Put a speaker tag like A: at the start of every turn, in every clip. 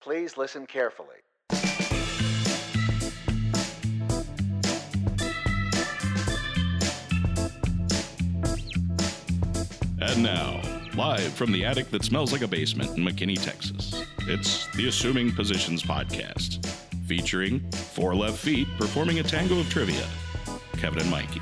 A: Please listen carefully.
B: And now, live from the attic that smells like a basement in McKinney, Texas, it's the Assuming Positions Podcast, featuring four left feet performing a tango of trivia, Kevin and Mikey.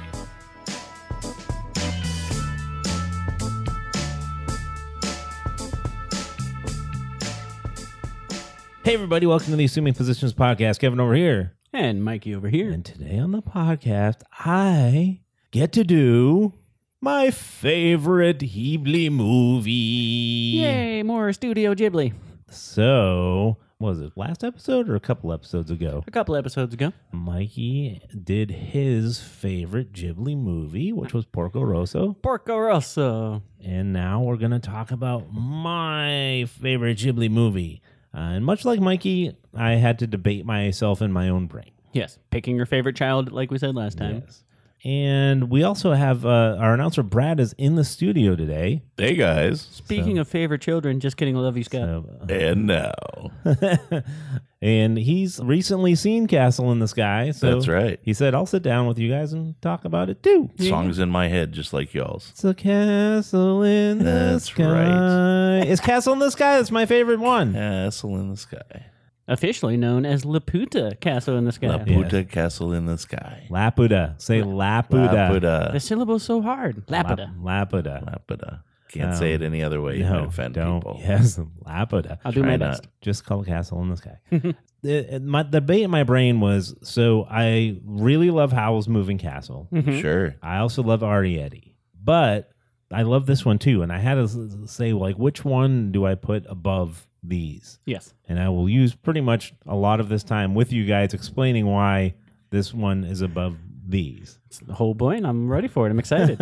C: Hey, everybody, welcome to the Assuming Positions Podcast. Kevin over here.
D: And Mikey over here.
C: And today on the podcast, I get to do my favorite Ghibli movie.
D: Yay, more Studio Ghibli.
C: So, what was it last episode or a couple episodes ago?
D: A couple episodes ago.
C: Mikey did his favorite Ghibli movie, which was Porco Rosso.
D: Porco Rosso.
C: And now we're going to talk about my favorite Ghibli movie. Uh, and much like Mikey, I had to debate myself in my own brain.
D: Yes, picking your favorite child, like we said last time.
C: Yes. And we also have uh, our announcer Brad is in the studio today.
E: Hey guys.
D: Speaking of favorite children, just kidding, I love you, Scott.
C: So-
E: And now.
C: and he's recently seen Castle in the Sky. So
E: That's right.
C: He said, I'll sit down with you guys and talk about it too.
E: Songs in my head just like y'all's.
C: It's a castle in the
E: That's
C: sky. It's Castle in the Sky. That's my favorite one.
E: Castle in the sky.
D: Officially known as Laputa Castle in the Sky.
E: La Puta Castle in the sky.
C: Laputa. Say
E: La
C: Laputa.
D: The
E: Puta.
D: syllable's so hard. Laputa.
C: Lap- Laputa.
E: La Puta. Can't say it any other way. You might
C: Um, No,
E: offend
C: don't.
E: people.
C: Yes, Laputa.
D: I'll do
E: Try
D: my
E: not.
D: best.
C: just call it Castle in the Sky. The- my the debate in my brain was so I really love Howl's Moving Castle.
D: Mhm.
E: Sure.
C: I also love Arietti, but I love this one too. And I had to s- say like which one do I put above these?
D: Yes.
C: And I will use pretty much a lot of this time with you guys explaining why this one is above these.
D: It's the whole point. I'm ready for it. I'm excited.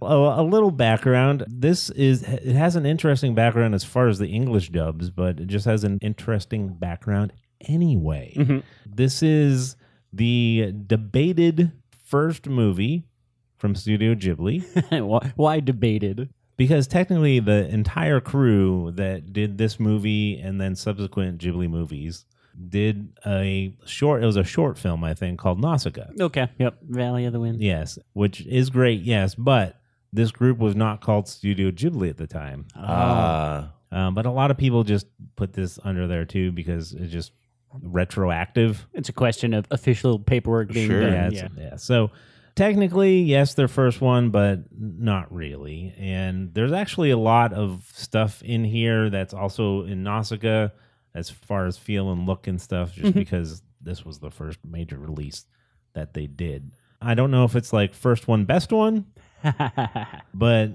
C: Well, a little background. This is it has an interesting background as far as the English dubs, but it just has an interesting background anyway.
D: Mm-hmm.
C: This is the debated first movie from Studio Ghibli
D: Why why debated?
C: because technically the entire crew that did this movie and then subsequent Ghibli movies did a short it was a short film I think called Nausicaa.
D: Okay. Yep. Valley of the Wind.
C: Yes, which is great. Yes, but this group was not called Studio Ghibli at the time.
E: Ah.
C: Um, but a lot of people just put this under there too because it's just retroactive.
D: It's a question of official paperwork being
E: Sure.
D: done.
C: Yeah, it's- yeah. So technically, yes, their first one, but not really. And there's actually a lot of stuff in here that's also in Nausicaa as far as feel and look and stuff, just because this was the first major release that they did. I don't know if it's like first one, best one,
D: Yeah.
C: but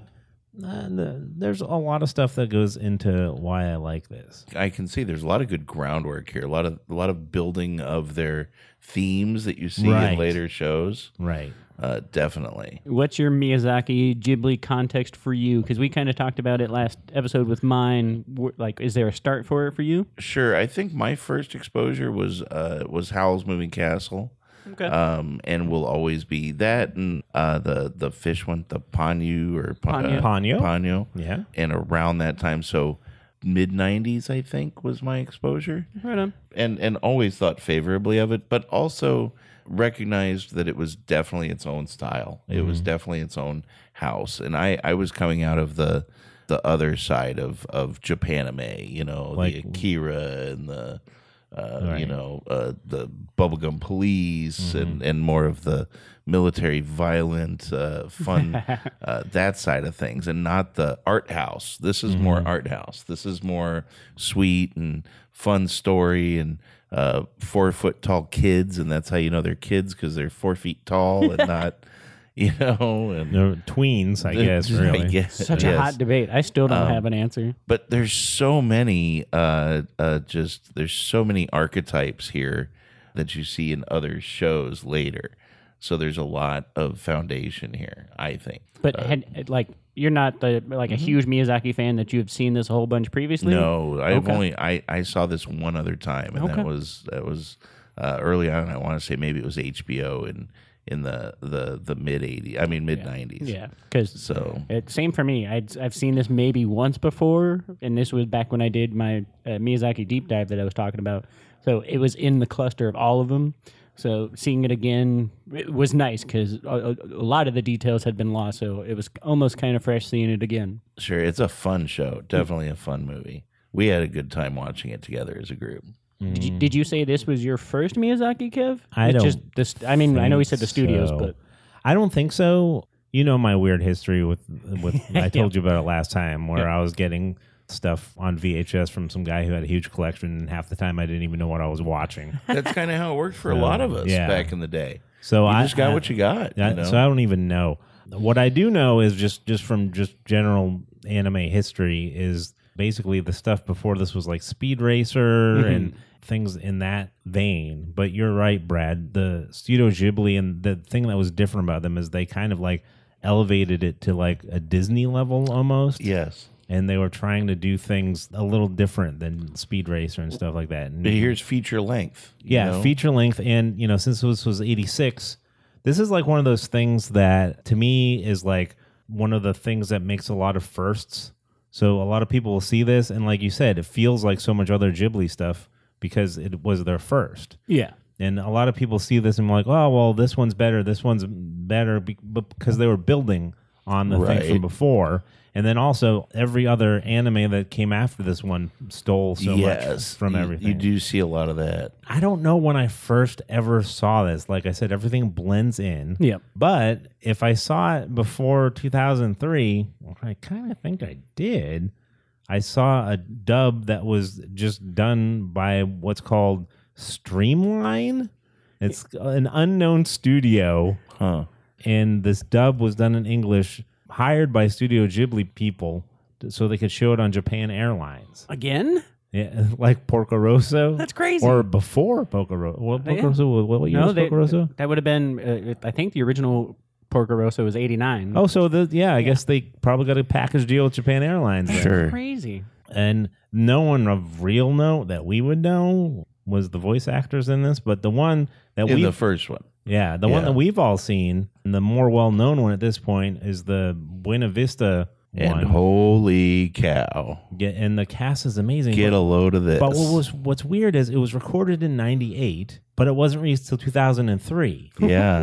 C: uh, the, there's a lot of stuff that goes into why I like this.
E: I can see there's a lot of good groundwork here. A lot of a lot of building of their themes that you see
C: Right.
E: in later shows.
C: Right.
E: Uh, definitely.
D: What's your Miyazaki Ghibli context for you? Because we kind of talked about it last episode with mine. Wh- Like, is there a start for it for you?
E: Sure. I think my first exposure was uh, was Howl's Moving Castle.
D: Okay.
E: um, and will always be that and uh, the the fish one, the Ponyo or pon-
D: Ponyo.
E: uh,
C: Ponyo.
E: Ponyo.
C: Yeah.
E: and around that time, so mid '90s, I think, was my exposure,
D: right on.
E: and and always thought favorably of it, but also recognized that it was definitely its own style. It was
C: Mm-hmm.
E: definitely its own house, and I I was coming out of the the other side of of Japanime, you know,
C: Like-
E: the Akira and the uh, you
C: Right. Mm-hmm.
E: know uh, the bubblegum police and and more of the military violent uh, fun uh, that side of things and not the art house this is more
C: Mm-hmm.
E: art house this is more sweet and fun story and uh, four foot tall kids and that's how you know they're kids because they're four feet tall and not you know and
C: They're tweens, I guess, really.
E: I guess,
D: Such a
E: uh, yes Um,
D: hot debate. I still don't have an answer.
E: but there's so many uh, uh just there's so many archetypes here that you see in other shows later so there's a lot of foundation here i think
D: But had, uh, like, you're not the like a huge Miyazaki fan that you have seen this a whole bunch previously.
E: Mm-hmm. no i've
D: Okay.
E: only i i saw this one other time and
D: Okay.
E: that was that was uh, early on i want to say maybe it was hbo and in the the the mid 80s. I mean mid 90s.
D: Yeah, because
E: So
D: It, same for me. I'd, I've seen this maybe once before, and this was back when I did my uh, Miyazaki deep dive that I was talking about. So it was in the cluster of all of them. So seeing it again it was nice because a, a- a lot of the details had been lost. So it was almost kind of fresh seeing it again.
E: sure, it's a fun show. Definitely a fun movie. We had a good time watching it together as a group.
D: Did,
C: Mm-hmm.
D: you, did you say this was your first Miyazaki, Kev?
C: Mm. I
D: It's
C: don't
D: this, I mean, I know he
C: we
D: said the studios, but
C: I don't think so. You know my weird history with with I told you about it last time where I was getting stuff on VHS from some guy who had a huge collection and half the time I didn't even know what I was watching.
E: That's kind of how it worked for a lot of us
C: yeah.
E: back in the day.
C: So
E: You
C: I
E: just got
C: I-
E: what you got.
C: I-
E: you know?
C: So I don't even know. What I do know is just just from just general anime history is basically the stuff before this was like Speed Racer
E: Mm-hmm.
C: and things in that vein. But you're right, Brad. The Studio Ghibli and the thing that was different about them is they kind of like elevated it to like a Disney level almost.
E: yes.
C: And they were trying to do things a little different than Speed Racer and stuff like that. And
E: But here's feature length. you
C: yeah
E: know?
C: feature length and you know since this was 86 this is like one of those things that to me is like one of the things that makes a lot of firsts so a lot of people will see this and like you said it feels like so much other ghibli stuff because it was their first
D: yeah.
C: and a lot of people see this and like oh well this one's better this one's better be- but because they were building on the thing
E: Right.
C: from before and then also every other anime that came after this one stole so
E: yes.
C: much from
E: You-
C: everything
E: You do see a lot of that.
C: I don't know when I first ever saw this. Like I said, everything blends in.
D: Yep.
C: But if I saw it before 2003, which I kind of think I did, I saw a dub that was just done by what's called Streamline. It's an unknown studio,
E: Huh.
C: and this dub was done in English, hired by Studio Ghibli people so they could show it on Japan Airlines.
D: Again?
C: Yeah, like Porco Rosso.
D: That's crazy.
C: Or before Porco Rosso. What, Porco
D: Yeah.
C: Rosso? What, what year was
D: they-
C: Porco Rosso?
D: that would have been, uh, if- I think the original Porco Rosso was 89.
C: Oh, so the, yeah, I guess they probably got a package deal with Japan Airlines. then.
E: Sure.
D: Crazy.
C: And no one of real note that we would know was the voice actors in this, but the one that
E: In
C: we
E: the first one.
C: yeah, the one
E: yeah.
C: that we've all seen, and the more well known one at this point is the Buena Vista
E: And
C: one.
E: holy cow.
C: yeah, and the cast is amazing.
E: Get
C: but-
E: a load of this.
C: But what was what's weird is it was recorded in '98, but it wasn't released till 2003.
E: yeah.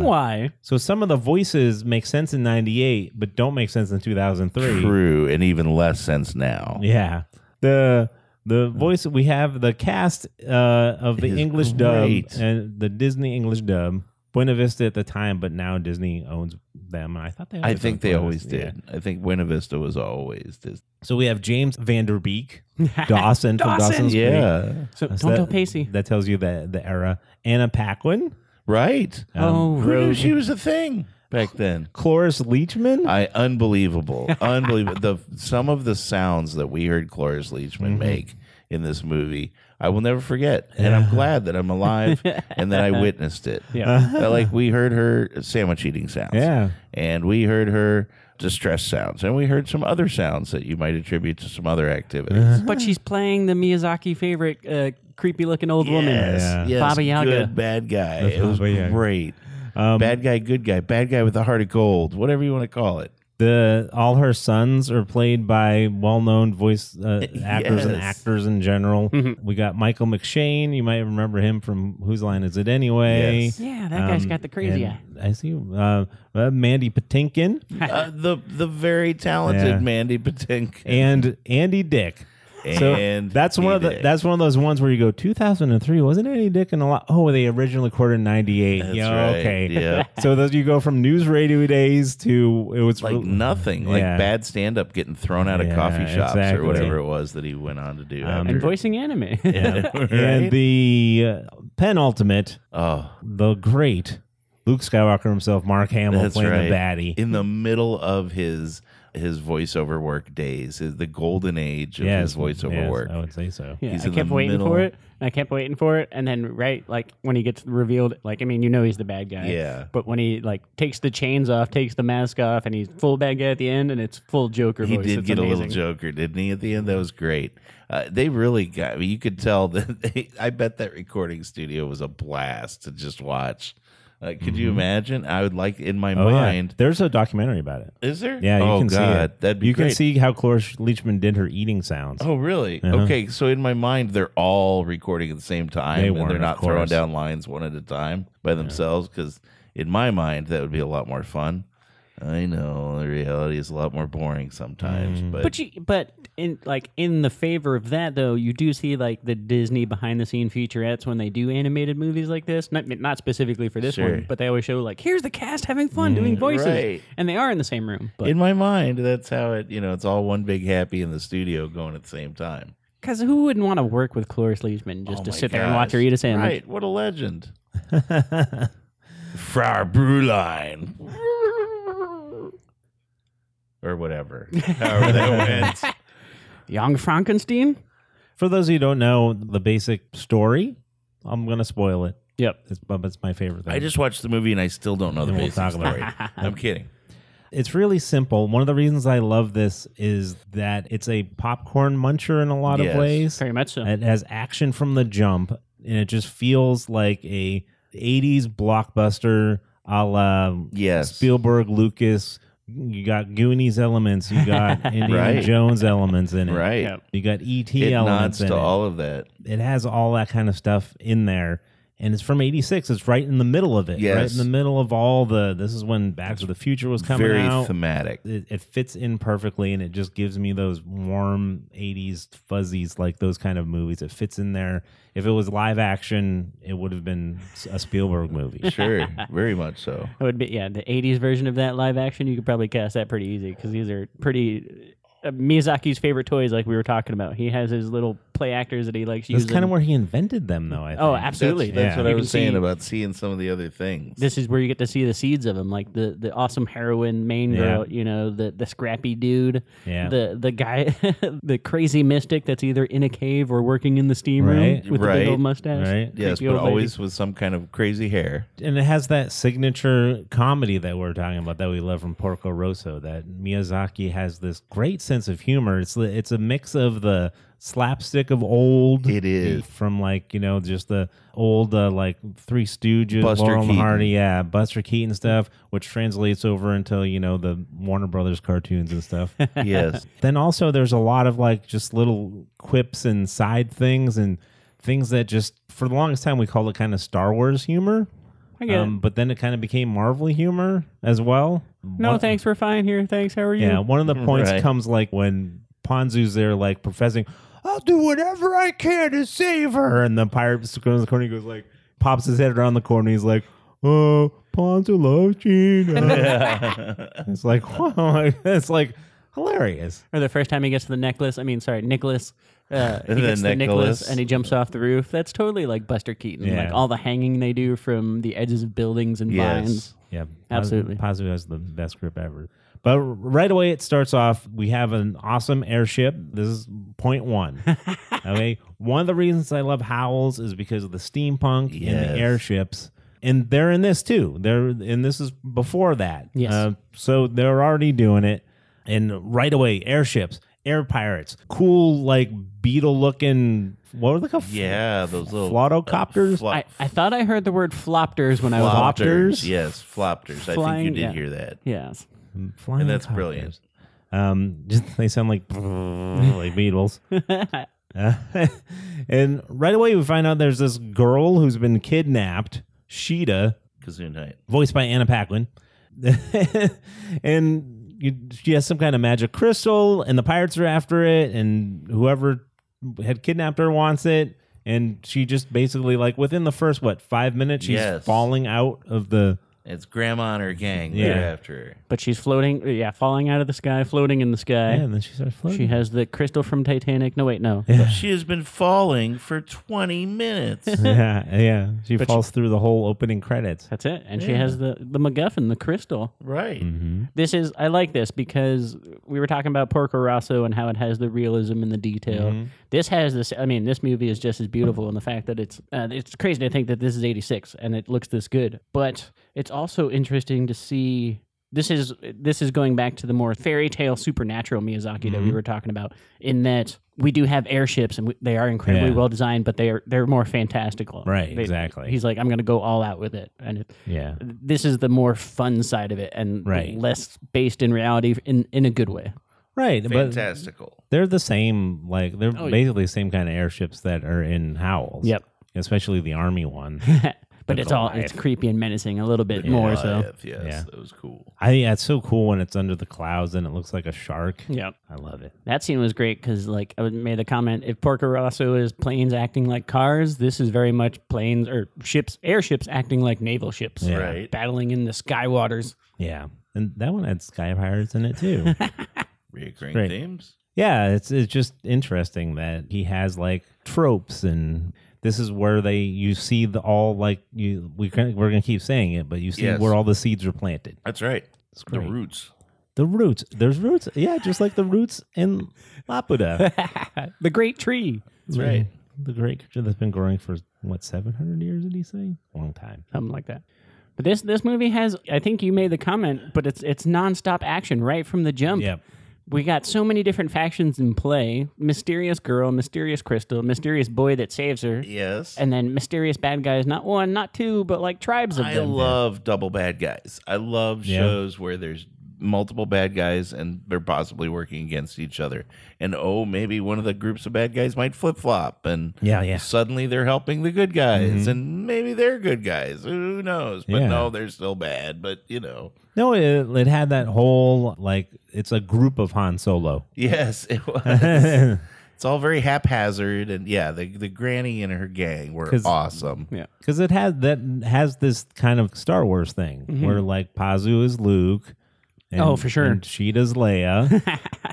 D: Why?
C: So some of the voices make sense in '98, but don't make sense in 2003.
E: True. And even less sense now.
C: Yeah, the the voice we have the cast uh, of the
E: Is
C: English
E: great.
C: dub and the Disney English dub. Buena Vista at the time, but now Disney owns them. I thought they.
E: I
C: always
E: think
C: owned
E: they
C: Buena
E: always
C: Vista, yeah.
E: did. I think Buena Vista was always this.
C: So we have James Vanderbeek, Dawson from
D: Dawson.
C: Dawson's Creek.
E: Yeah.
D: So
C: That's
D: don't
C: that-
D: tell Pacey.
C: That tells you the the era. Anna Paquin,
E: Right.
D: oh,
E: Who knew
D: Rogue.
E: she was a thing back then?
C: Cloris Leachman.
E: I unbelievable, unbelievable. The some of the sounds that we heard Cloris
C: Mm-hmm.
E: Leachman make in this movie, I will never forget, and I'm glad that I'm alive and that I witnessed it.
D: Yeah.
E: Uh, like we heard her sandwich eating sounds,
C: Yeah.
E: and we heard her distress sounds, and we heard some other sounds that you might attribute to some other activities.
C: Uh-huh.
D: But she's playing the Miyazaki favorite uh, creepy looking old
E: Yes,
D: woman.
E: yes,
D: Baba Yaga.
E: good bad guy. It was
C: Baba Yaga. Um,
E: great. bad guy, good guy, bad guy with a heart of gold, whatever you want to call it.
C: the all her sons are played by well-known voice uh, actors and
E: Yes. Mm-hmm.
C: actors in general. We got Michael McShane. You might remember him from Whose Line Is It Anyway?
E: Yes.
D: Yeah, that guy's
C: Um,
D: got the crazy eye.
C: and I see uh, uh, Mandy Patinkin
E: Uh, the the very talented
C: Yeah.
E: Mandy Patinkin.
C: and Andy Dick. So
E: And
C: that's one of the
E: Dick.
C: that's one of those ones where you go 2003 wasn't Andy Dick in a lot. Oh, they originally recorded in '98.
E: That's
C: yeah,
E: right.
C: okay.
E: Yeah.
C: So those you go from news radio days to it was
E: like
C: re-
E: nothing, like
C: Yeah.
E: bad stand up getting thrown out of
C: Yeah,
E: coffee shops or
C: exactly.
E: whatever it was that he went on to do.
C: Um,
E: after.
D: And voicing anime.
E: Yeah.
C: and the uh, penultimate
E: oh,
C: the great Luke Skywalker himself, Mark Hamill
E: that's
C: playing
E: right.
C: the baddie.
E: in the middle of his his voiceover work days, his, the golden age of his voiceover
C: yes, Oh,
E: work.
C: I would say so.
D: Yeah,
E: He's
D: I
E: in the
D: kept waiting
E: middle.
D: for it, and I kept waiting for it, and then right like when he gets revealed, like I mean, you know he's the bad guy.
E: Yeah.
D: But when he like takes the chains off, takes the mask off, and he's full bad guy at the end, and it's full Joker
E: He
D: voice.
E: did
D: It's
E: get a
D: amazing.
E: little Joker, didn't he? At the end, that was great. Uh, they really got. I mean, you could tell that. They, I bet that recording studio was a blast to just watch. Uh, could you imagine? I would like in my
C: Mm-hmm. Oh, yeah.
E: mind.
C: There's a documentary about it.
E: Is there?
C: Yeah, you
E: oh
C: can
E: God,
C: see it.
E: that'd be
C: you
E: great.
C: can see how Cloris Leachman did her eating sounds.
E: Oh, really?
C: Uh-huh.
E: Okay, so in my mind, they're all recording at the same time,
C: They
E: and
C: weren't,
E: they're
C: of
E: not throwing
C: course.
E: down lines one at a time by themselves. Because in my mind, that would be a lot more fun. I know the reality is a lot more boring sometimes,
C: Mm-hmm.
E: but,
D: But you, but in like in the favor of that though, you do see like the Disney behind the scene featurettes when they do animated movies like this. Not not specifically for this
E: Sure. Mm,
D: one, but they always show like here's the cast having fun doing voices,
E: right.
D: and they are in the same room. But
E: in my mind, that's how it. You know, it's all one big happy in the studio going at the same time.
D: because who wouldn't want to work with Cloris Leachman just
E: Oh
D: to
E: my
D: sit there and watch her
E: gosh.
D: eat a sandwich?
E: Right? What a legend. Frau Brulein. Or whatever. However that went.
D: Young Frankenstein.
C: For those of you who don't know the basic story, I'm going to spoil it.
D: Yep.
C: It's, but it's my favorite thing.
E: I just watched the movie and I still don't know the
C: And we'll
E: basic
C: talk about
E: story. I'm kidding.
C: It's really simple. One of the reasons I love this is that it's a popcorn muncher in a lot
E: Yes.
C: of ways.
D: Very much so.
C: It has action from the jump, and it just feels like a 80s blockbuster a la
E: Yes.
C: Spielberg, Lucas. You got Goonies elements. You got Indiana
E: Right.
C: Jones elements in it.
E: Right.
D: Yep.
C: You got E.T.
E: It
C: elements
E: nods
C: in
E: to
C: it.
E: all of that.
C: it has all that kind of stuff in there. And it's from '86. It's right in the middle of it. Right
E: Yes.
C: in the middle of all the. This is when Back to the Future was coming
E: Very
C: out
E: thematic.
C: it, it fits in perfectly and it just gives me those warm 80s fuzzies like those kind of movies it fits in there if it was live action it would have been a spielberg movie
E: Sure. Very much so.
D: It would be yeah, the '80s version of that live action. You could probably cast that pretty easy because these are pretty uh, Miyazaki's favorite toys, like we were talking about. He has his little play actors that he likes
C: that's
D: using.
C: kind of where he invented them though i think
D: oh, absolutely.
E: That's,
C: Yeah.
E: that's what I
D: You
E: was
D: can
E: saying
D: see-
E: about seeing some of the other things.
D: This is where you get to see the seeds of him, like the the awesome heroine main
C: Yeah.
D: girl, you know, the the scrappy dude,
C: Yeah.
D: the the guy, the crazy mystic that's either in a cave or working in the steam
C: Right.
D: room with the
E: Right.
D: big old mustache.
C: Right.
E: yes,
D: Creepy
E: but
D: old lady.
E: always with some kind of crazy hair.
C: and it has that signature comedy that we're talking about that we love from Porco Rosso. That Miyazaki has this great sense of humor. It's the- it's a mix of the slapstick of old.
E: It is.
C: from like you know just the old uh, like Three Stooges,
E: Buster
C: Laurel and
E: Keaton.
C: Hardy, yeah, Buster Keaton stuff, which translates over into you know the Warner Brothers cartoons and stuff.
E: Yes.
C: Then also there's a lot of like just little quips and side things and things that just for the longest time we called it kind of Star Wars humor.
D: I get it.
C: Um, but then it kind of became Marvel humor as well.
D: No,
C: One-
D: thanks. We're fine here. Thanks. How are you?
C: Yeah, one of the points
E: Right.
C: comes like when Ponzu's there, like professing, "I'll do whatever I can to save her," and the pirate goes in the corner. He goes like, pops his head around the corner. He's like, "Oh, Ponzu loves Gina." it's like, wow, it's like hilarious.
D: Or the first time he gets to the necklace. I mean, sorry, Nicholas. Uh, he
E: The
D: gets the
E: necklace.
D: necklace and he jumps off the roof. That's totally like Buster Keaton.
C: Yeah.
D: Like all the hanging they do from the edges of buildings and
E: yes.
D: vines.
C: Yeah, Ponzu-
D: Absolutely.
C: Ponzu has the best grip ever. But right away, it starts off. We have an awesome airship. This is point one. okay. One of the reasons I love Howls is because of the steampunk and
E: Yes.
C: the airships. And they're in this too. They're and this is before that. Uh,
D: Yes.
C: so they're already doing it. And right away, airships, air pirates, cool like beetle looking what were they called?
E: Yeah, those little
C: Flautocopters?
E: Flo-
D: I, I thought I heard the word flopters when I was watching.
C: Flopters?
E: Yes, flopters. I think you
D: Flying-
E: did
D: yeah.
E: hear that.
D: Yes.
C: Flying
E: And that's
C: copters.
E: brilliant.
C: Um, just, they sound like like Beatles. Uh, and right away, we find out there's this girl who's been kidnapped, Sheeta,
E: Gesundheit.
C: voiced by Anna Paquin, and you, she has some kind of magic crystal, and the pirates are after it, and whoever had kidnapped her wants it. And she just basically like within the first what five minutes she's
E: Yes.
C: falling out of the
E: It's grandma and her gang.
C: Yeah.
E: They're after her.
D: But she's floating. Yeah, falling out of the sky, floating in the
C: yeah,
D: sky.
C: and then she starts floating.
D: She has the crystal from Titanic. No, wait, no.
E: She has been falling for 20 minutes.
C: yeah, yeah. She falls through the whole opening credits.
D: That's it. And she has the, the MacGuffin, the crystal.
E: right.
D: Mhm. This is, I like this because we were talking about Porco Rosso and how it has the realism and the detail.
C: Mm-hmm.
D: This has this, I mean, this movie is just as beautiful in the fact that it's, uh, it's crazy to think that this is 86 and it looks this good. But it's also interesting to see. This
C: Mm-hmm.
D: is this is going back to the more fairy tale supernatural Miyazaki that we were talking about. In that we do have airships and we, they are incredibly
C: Yeah.
D: well designed, but they are they're more fantastical.
C: Right,
D: They-
C: exactly.
D: He's like, I'm going to go all out with it, and it,
C: Yeah.
D: this is the more fun side of it, and
C: Right.
D: less based in reality in in a good way.
C: Right. But
E: Fantastical.
C: they're the same, like, they're
D: Oh, yeah.
C: basically the same kind of airships that are in Howls.
D: Yep.
C: Especially the army one.
D: But it's all oh, it's creepy and menacing a little bit more. So
E: Goliath, yes,
C: Yeah.
E: that was cool.
C: I think that's so cool when it's under the clouds and it looks like a shark.
D: yeah.
C: I love it.
D: That scene was great because, like, I made the comment: if Porco Rosso is planes acting like cars, this is very much planes or ships, airships acting like naval ships,
C: Yeah.
E: Right.
D: Battling in the sky waters.
C: Yeah. And that one had sky pirates in it too.
E: Reoccurring
C: Great.
E: themes.
C: yeah, it's it's just interesting that he has like tropes and this is where they you see the all like you we can, we're gonna keep saying it, but you see
E: Yes.
C: where all the seeds are planted.
E: That's right.
C: It's
E: The
C: great.
E: roots.
C: The roots. There's roots. Yeah, just like the roots in Laputa.
D: the great tree,
C: That's right. The great creature that's been growing for what seven hundred years? Did he say? Long time.
D: something like that. But this this movie has, I think you made the comment, but it's it's nonstop action right from the jump.
C: Yep.
D: We got so many different factions in play: mysterious girl, mysterious crystal, mysterious boy that saves her,
E: Yes.
D: and then mysterious bad guys. Not one, not two, but like tribes of
E: I
D: them.
E: love double bad guys. I love
C: Yeah.
E: shows where there's multiple bad guys and they're possibly working against each other. And oh, maybe one of the groups of bad guys might flip flop and
C: Yeah, yeah.
E: suddenly they're helping the good guys and maybe they're good guys. Who knows? But
C: Yeah.
E: no, they're still bad. But you know.
C: No, it, it had that whole like it's a group of Han Solo.
E: Yes, it was. it's all very haphazard and yeah, the the granny and her gang were
C: 'Cause-
E: awesome.
D: Yeah.
C: because it has that has this kind of Star Wars thing where like Pazu is Luke. And,
D: Mm-hmm. Oh, for sure.
C: And Cheetah's Leia,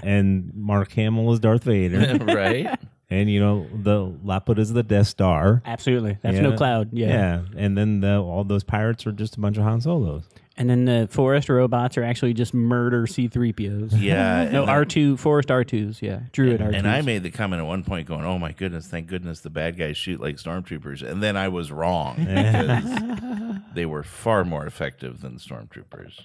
C: and Mark Hamill is Darth Vader,
E: right?
C: and you know the Laput is the Death Star.
D: Absolutely. That's no
C: Yeah.
D: cloud. Yeah.
C: Yeah, and then the, all those pirates are just a bunch of Han Solos.
D: And then the forest robots are actually just murder C3POs.
E: Yeah.
D: No,
E: and I-
D: R2, forest R2s. Yeah. Druid R2s.
E: And I made the comment at one point going, oh my goodness, thank goodness the bad guys shoot like stormtroopers. And then I was wrong because they were far more effective than stormtroopers.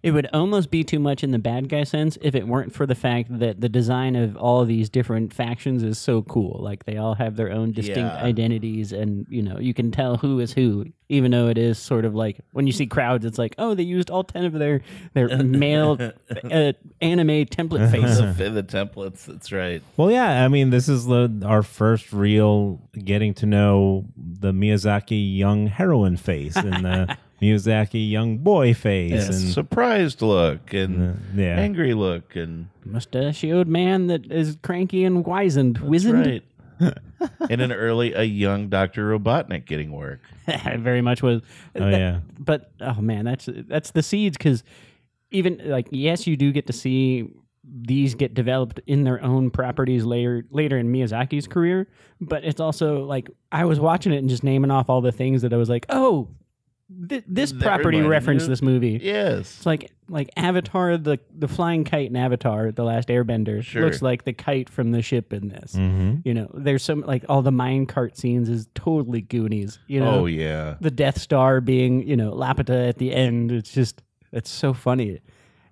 D: it would almost be too much in the bad guy sense if it weren't for the fact that the design of all these different factions is so cool. Like they all have their own distinct
E: Yeah.
D: identities and, you know, you can tell who is who, even though it is sort of like when you see crowds, it's like, oh, they used all 10 of their, their male uh, anime template faces.
E: The, the templates, that's right.
C: Well, yeah, I mean, this is the, our first real getting to know the Miyazaki young heroine face and the Miyazaki young boy face, and
E: Surprised look and
C: yeah.
E: angry look and
D: Mustachioed man that is cranky and wizened. Wizened?
E: right. In an early, a young Dr. Robotnik getting work.
D: very much was.
C: oh yeah,
D: But oh man, that's that's the seeds because even like yes, you do get to see these get developed in their own properties later later in Miyazaki's career. But it's also like I was watching it and just naming off all the things that I was like, oh, th- this
E: That
D: property
E: reminded
D: referenced
E: you?
D: this movie.
E: Yes.
D: It's like like Avatar, the the flying kite in Avatar, the Last Airbender
E: Sure. Mm-hmm.
D: looks like the kite from the ship in this.
C: hmm
D: You know, there's some like all the mine cart scenes is totally Goonies. You know,
E: oh, yeah.
D: the Death Star being you know Lapita at the end. It's just it's so funny,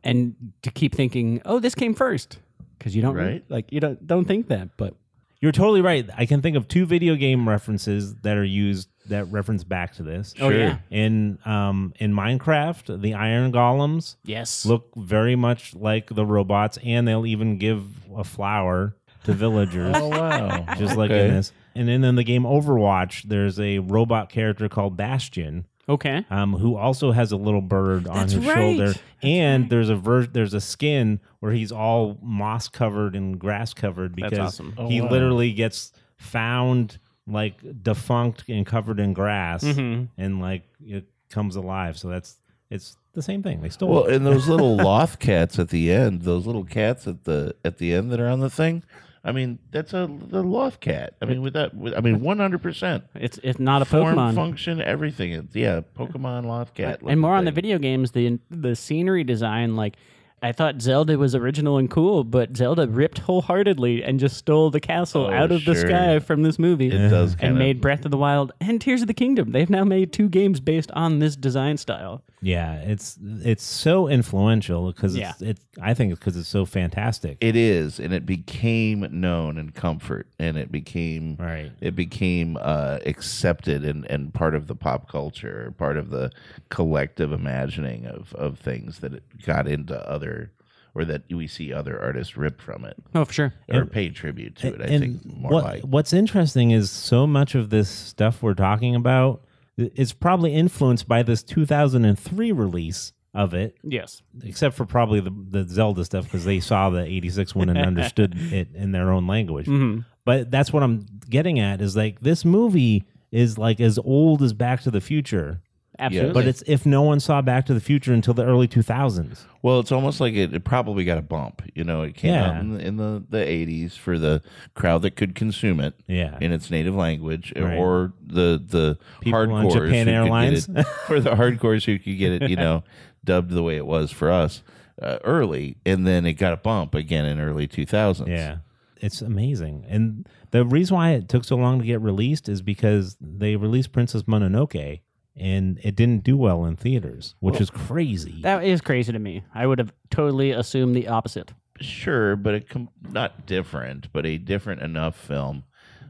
D: and to keep thinking, oh, this came first because you don't
E: Right.
D: like you don't don't think that, but
C: You're totally right. I can think of two video game references that are used that reference back to this.
D: Oh, Sure. yeah.
C: In um in Minecraft, the iron golems
D: yes,
C: look very much like the robots and they'll even give a flower to villagers.
E: Oh, wow.
C: Just like in this. And then in the game Overwatch, there's a robot character called Bastion,
D: okay,
C: um, who also has a little bird
D: That's
C: on his
D: right.
C: shoulder.
D: That's
C: and there's a ver- there's a skin where he's all moss covered and grass covered because
D: awesome.
E: Oh,
C: he
E: wow.
C: literally gets found like defunct and covered in grass and like it comes alive. So that's it's the same thing. They stole
E: Well,
C: it.
E: and those little loth cats at the end, those little cats at the at the end that are on the thing. I mean, that's a the loth cat. I mean, with that, with, I mean, one hundred percent
D: it's it's not a
E: form,
D: Pokemon.
E: function, everything. It's, yeah, Pokemon loth cat,
D: and more on the video games the the scenery design like I thought Zelda was original and cool, but Zelda ripped wholeheartedly and just stole the castle
E: Oh,
D: out of the
E: sure.
D: sky from this movie.
E: It does
D: and
E: kinda-
D: made Breath of the Wild and Tears of the Kingdom. They've now made two games based on this design style.
C: Yeah, it's it's so influential because it's,
D: Yeah.
C: it's I think it's because it's so fantastic.
E: It is, and it became known in comfort, and it became
C: right.
E: it became uh, accepted and, and part of the pop culture, part of the collective imagining of, of things that it got into other, or that we see other artists rip from it
D: Oh, for sure.
E: or pay tribute to it. I think more
C: what-
E: like
C: what's interesting is so much of this stuff we're talking about i- is probably influenced by this 2003 release of it,
D: Yes.
C: except for probably the, the Zelda stuff because they saw the 86 one and understood it in their own language.
E: Mm-hmm.
C: But that's what I'm getting at is like this movie is like as old as Back to the Future.
D: Absolutely.
C: But it's if no one saw Back to the Future until the early 2000s.
E: Well, it's almost like it, it probably got a bump. You know, it came out
C: Yeah.
E: in, the- in the the eighties for the crowd that could consume it
C: Yeah.
E: in its native language, or-
C: Right.
E: or the the
C: People on Japan
E: hardcores who could get
C: Airlines.
E: it, or the hardcores who could get it. You know, dubbed the way it was for us uh, early, and then it got a bump again in early two thousands.
C: Yeah. It's amazing. And the reason why it took so long to get released is because they released Princess Mononoke and it didn't do well in theaters, which
E: Oh.
C: is crazy.
D: that is crazy to me. I would have totally assumed the opposite.
E: sure, but a com- not different, but a different enough film